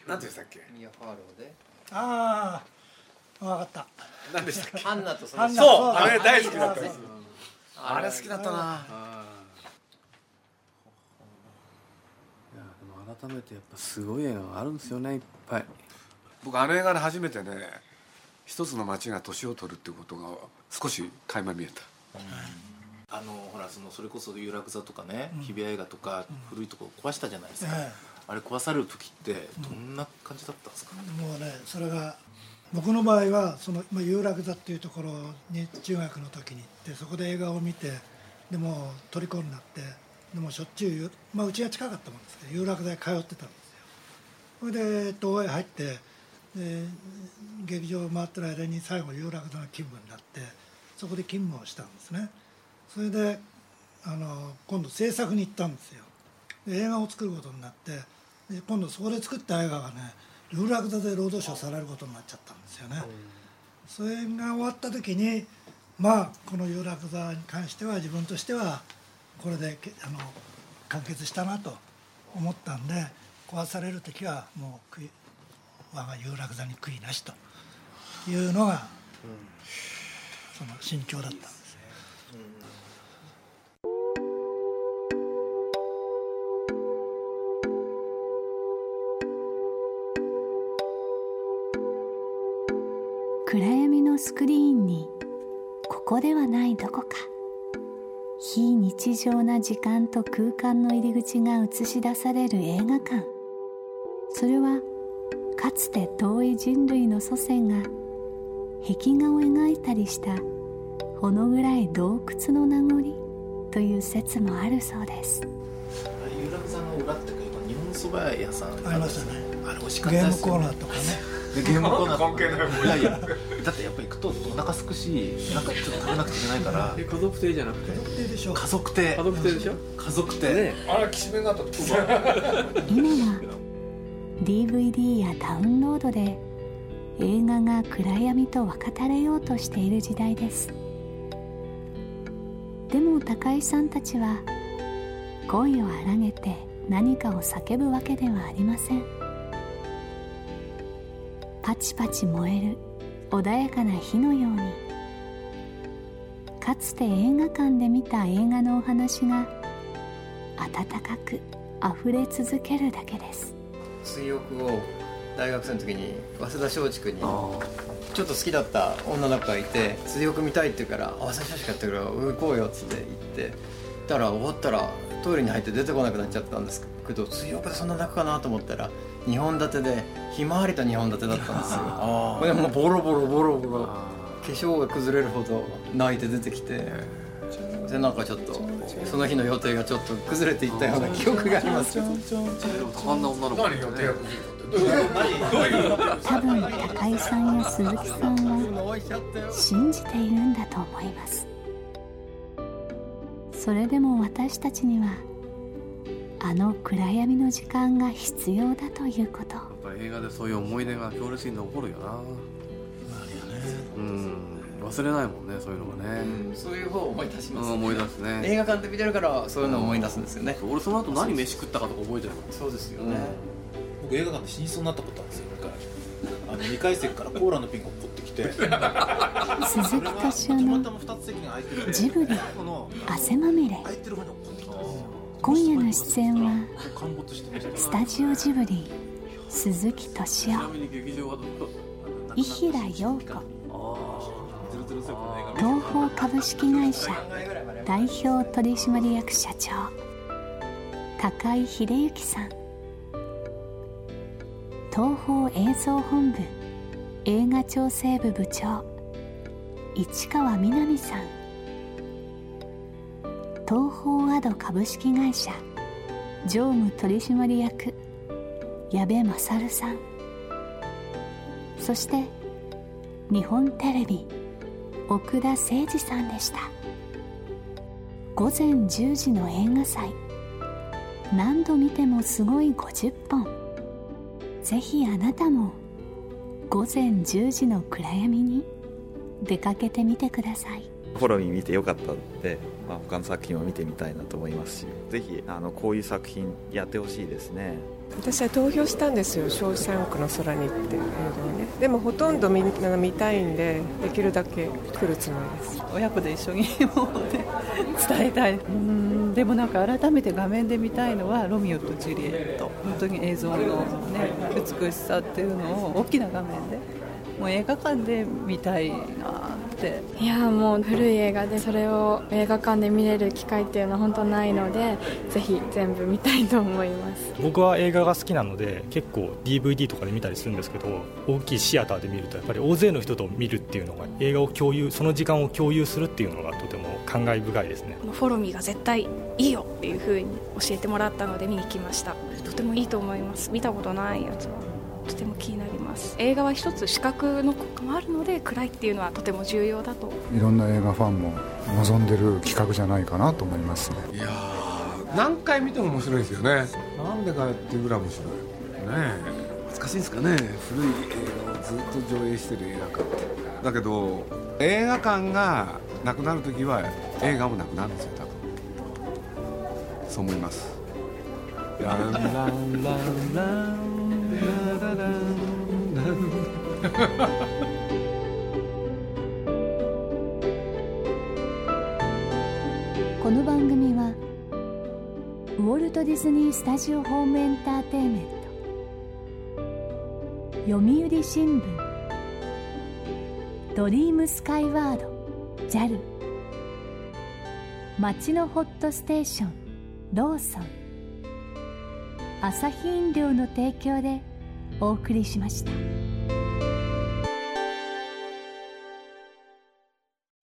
Speaker 4: なんて言ってたっけ
Speaker 2: ミアファーローで。
Speaker 1: ああ分かった
Speaker 4: 何でしたっけ
Speaker 2: ハンナとそ
Speaker 1: ハ
Speaker 2: の
Speaker 1: ンナ
Speaker 4: そう
Speaker 1: そう
Speaker 4: あれ大好きだった
Speaker 1: そうそう
Speaker 4: あれ好きだったな
Speaker 7: でも改めてやっぱすごい映画があるんですよねいっぱい
Speaker 4: 僕あの映画で初めてね一つの町が年を取るってことが少し垣間見えた
Speaker 6: あのほらそのそれこそ有楽座とかね、日比谷映画とか、古いところ壊したじゃないですか、
Speaker 1: え
Speaker 6: あれ壊される時ってどんな感じだったんですか、
Speaker 1: えもうねそれが僕の場合はその、まあ、有楽座っていうところに中学の時に行ってそこで映画を見てでもう虜になってでもうしょっちゅうゆ、まあ、うちが近かったもんですけど有楽座に通ってたんですよそれで東映入ってで劇場を回ってる間に最後有楽座の勤務になってそこで勤務をしたんですねそれであの今度制作に行ったんですよで映画を作ることになってで今度そこで作った映画がね有楽座で労働省されることになっちゃったんですよねそれが終わった時にまあこの有楽座に関しては自分としてはこれでけあの完結したなと思ったんで壊される時はもう悔い我が有楽座に悔いなしというのが、その心境だったんですよ
Speaker 5: 暗闇のスクリーンにここではないどこか非日常な時間と空間の入り口が映し出される映画館それはかつて遠い人類の祖先が壁画を描いたりしたほの暗い洞窟の名残という説もあるそうです
Speaker 6: 有楽座の裏っていうか日本そば屋さん
Speaker 1: ありましたね
Speaker 6: あれ美味しかっ
Speaker 1: ゲー
Speaker 6: たで
Speaker 1: ム
Speaker 6: す
Speaker 1: コーナーと
Speaker 6: か
Speaker 1: かね
Speaker 6: ゲームコーナーとか
Speaker 3: 関係ない
Speaker 6: いやいやだってやっぱ行くとお腹空くしなんかちょっと食べなくちゃいけないから
Speaker 10: え家族亭じゃなくて
Speaker 1: いいでしょう
Speaker 6: 家族亭
Speaker 10: 家族亭でしょね
Speaker 6: 家族亭、
Speaker 10: え
Speaker 3: あらきしめんがあった
Speaker 5: 今は DVD やダウンロードで映画が暗闇と分かたれようとしている時代ですでも高井さんたちは恋を荒げて何かを叫ぶわけではありませんパチパチ燃える穏やかな火のようにかつて映画館で見た映画のお話が温かく溢れ続けるだけです
Speaker 2: 水浴を大学生の時に早稲田松竹にちょ
Speaker 7: あー
Speaker 2: っと好きだった女の子がいて水浴見たいって言うから「あ早稲田松竹やってるからうん行こうよ」っつって行ってたら終わったらトイレに入って出てこなくなっちゃったんですけど水浴でそんな泣くかなと思ったら2本立てでひまわりと2本立てだったん ですよ
Speaker 6: あ
Speaker 2: これもうボロボロボロボロ化
Speaker 7: あ
Speaker 2: 粧が崩れるほど泣いて出てきてでなんかちょっとその日の予定がちょっと崩れていったような記憶があります
Speaker 7: ー変わんな女の子だね
Speaker 5: 多分高井さんや鈴木さんは信じているんだと思いますそれでも私たちにはあの暗闇の時間が必要だということ
Speaker 7: やっぱり映画でそういう思い出が強烈に残るよなうん忘れないもんねそういうのがね、
Speaker 2: そういう方を思い出し
Speaker 7: う
Speaker 2: ま
Speaker 7: ん
Speaker 2: す、
Speaker 7: 思い出すね
Speaker 2: 映画館で見てるからそういうのを思い出すんですよね、
Speaker 7: 俺その後何飯食ったかとか覚えてるもん
Speaker 2: そうですよ
Speaker 7: ね
Speaker 6: 僕映画館で死にそうになったことあるんですよ一回あの2階席からコーラのピンが落っこってきてそれは
Speaker 5: 鈴木敏
Speaker 6: た
Speaker 5: 夫
Speaker 6: ま
Speaker 5: の
Speaker 6: たま2つ席が空いてて
Speaker 5: ジブリ
Speaker 6: この
Speaker 5: 汗まみれ
Speaker 6: 空いてる方に落っこってきたんですよ
Speaker 5: 今夜の出演は
Speaker 6: 陥没してました
Speaker 5: スタジオジブリ鈴木敏
Speaker 7: ちな
Speaker 5: 夫
Speaker 7: みに劇場はどこ
Speaker 5: 伊平洋子
Speaker 7: ズルズルセブンの映画
Speaker 5: 東宝株式会社代表取締役社長高井秀幸さん東宝映像本部映画調整部部長市川みなみさん東宝アド株式会社常務取締役矢部勝さんそして日本テレビ奥田誠二さんでした午前10時の映画祭何度見てもすごい50本ぜひあなたも午前10時の暗闇に出かけてみてください
Speaker 11: フォロミー見てよかったので、まあ、他の作品も見てみたいなと思いますしぜひあのこういう作品やってほしいですね
Speaker 12: 私は投票したんですよ「ショーシャンクの空に」っていう映画をねでもほとんどみんなが見たいんでできるだけ来るつもりです
Speaker 13: 親子で一緒にもうね伝えたいうんでもなんか改めて画面で見たいのは「ロミオとジュリエット」本当に映像の、ね、美しさっていうのを大きな画面でもう映画館で見たいなって
Speaker 12: いやもう古い映画でそれを映画館で見れる機会っていうのは本当ないのでぜひ全部見たいと思います
Speaker 13: 僕は映画が好きなので結構 DVD とかで見たりするんですけど大きいシアターで見るとやっぱり大勢の人と見るっていうのが映画を共有その時間を共有するっていうのがとても感慨深いですね
Speaker 12: フォロミーが絶対いいよっていう風に教えてもらったので見に来ましたとてもいいと思います見たことないやつはとても気になります映画は一つ視覚の効果もあるので暗いっていうのはとても重要だと
Speaker 11: いろんな映画ファンも望んでる企画じゃないかなと思いますね
Speaker 4: いやー何回見ても面白いですよねなんでかっていうぐらい面白いねえ難しいですかね古い映画をずっと上映してる映画館ってだけど映画館がなくなる時は映画もなくなるんですよ多分そう思いますランランランランランランラン
Speaker 5: この番組はウォルト・ディズニー・スタジオ・ホーム・エンターテインメント読売新聞ドリームスカイワード JAL 街のホットステーションローソン朝日飲料の提供でお送りしました。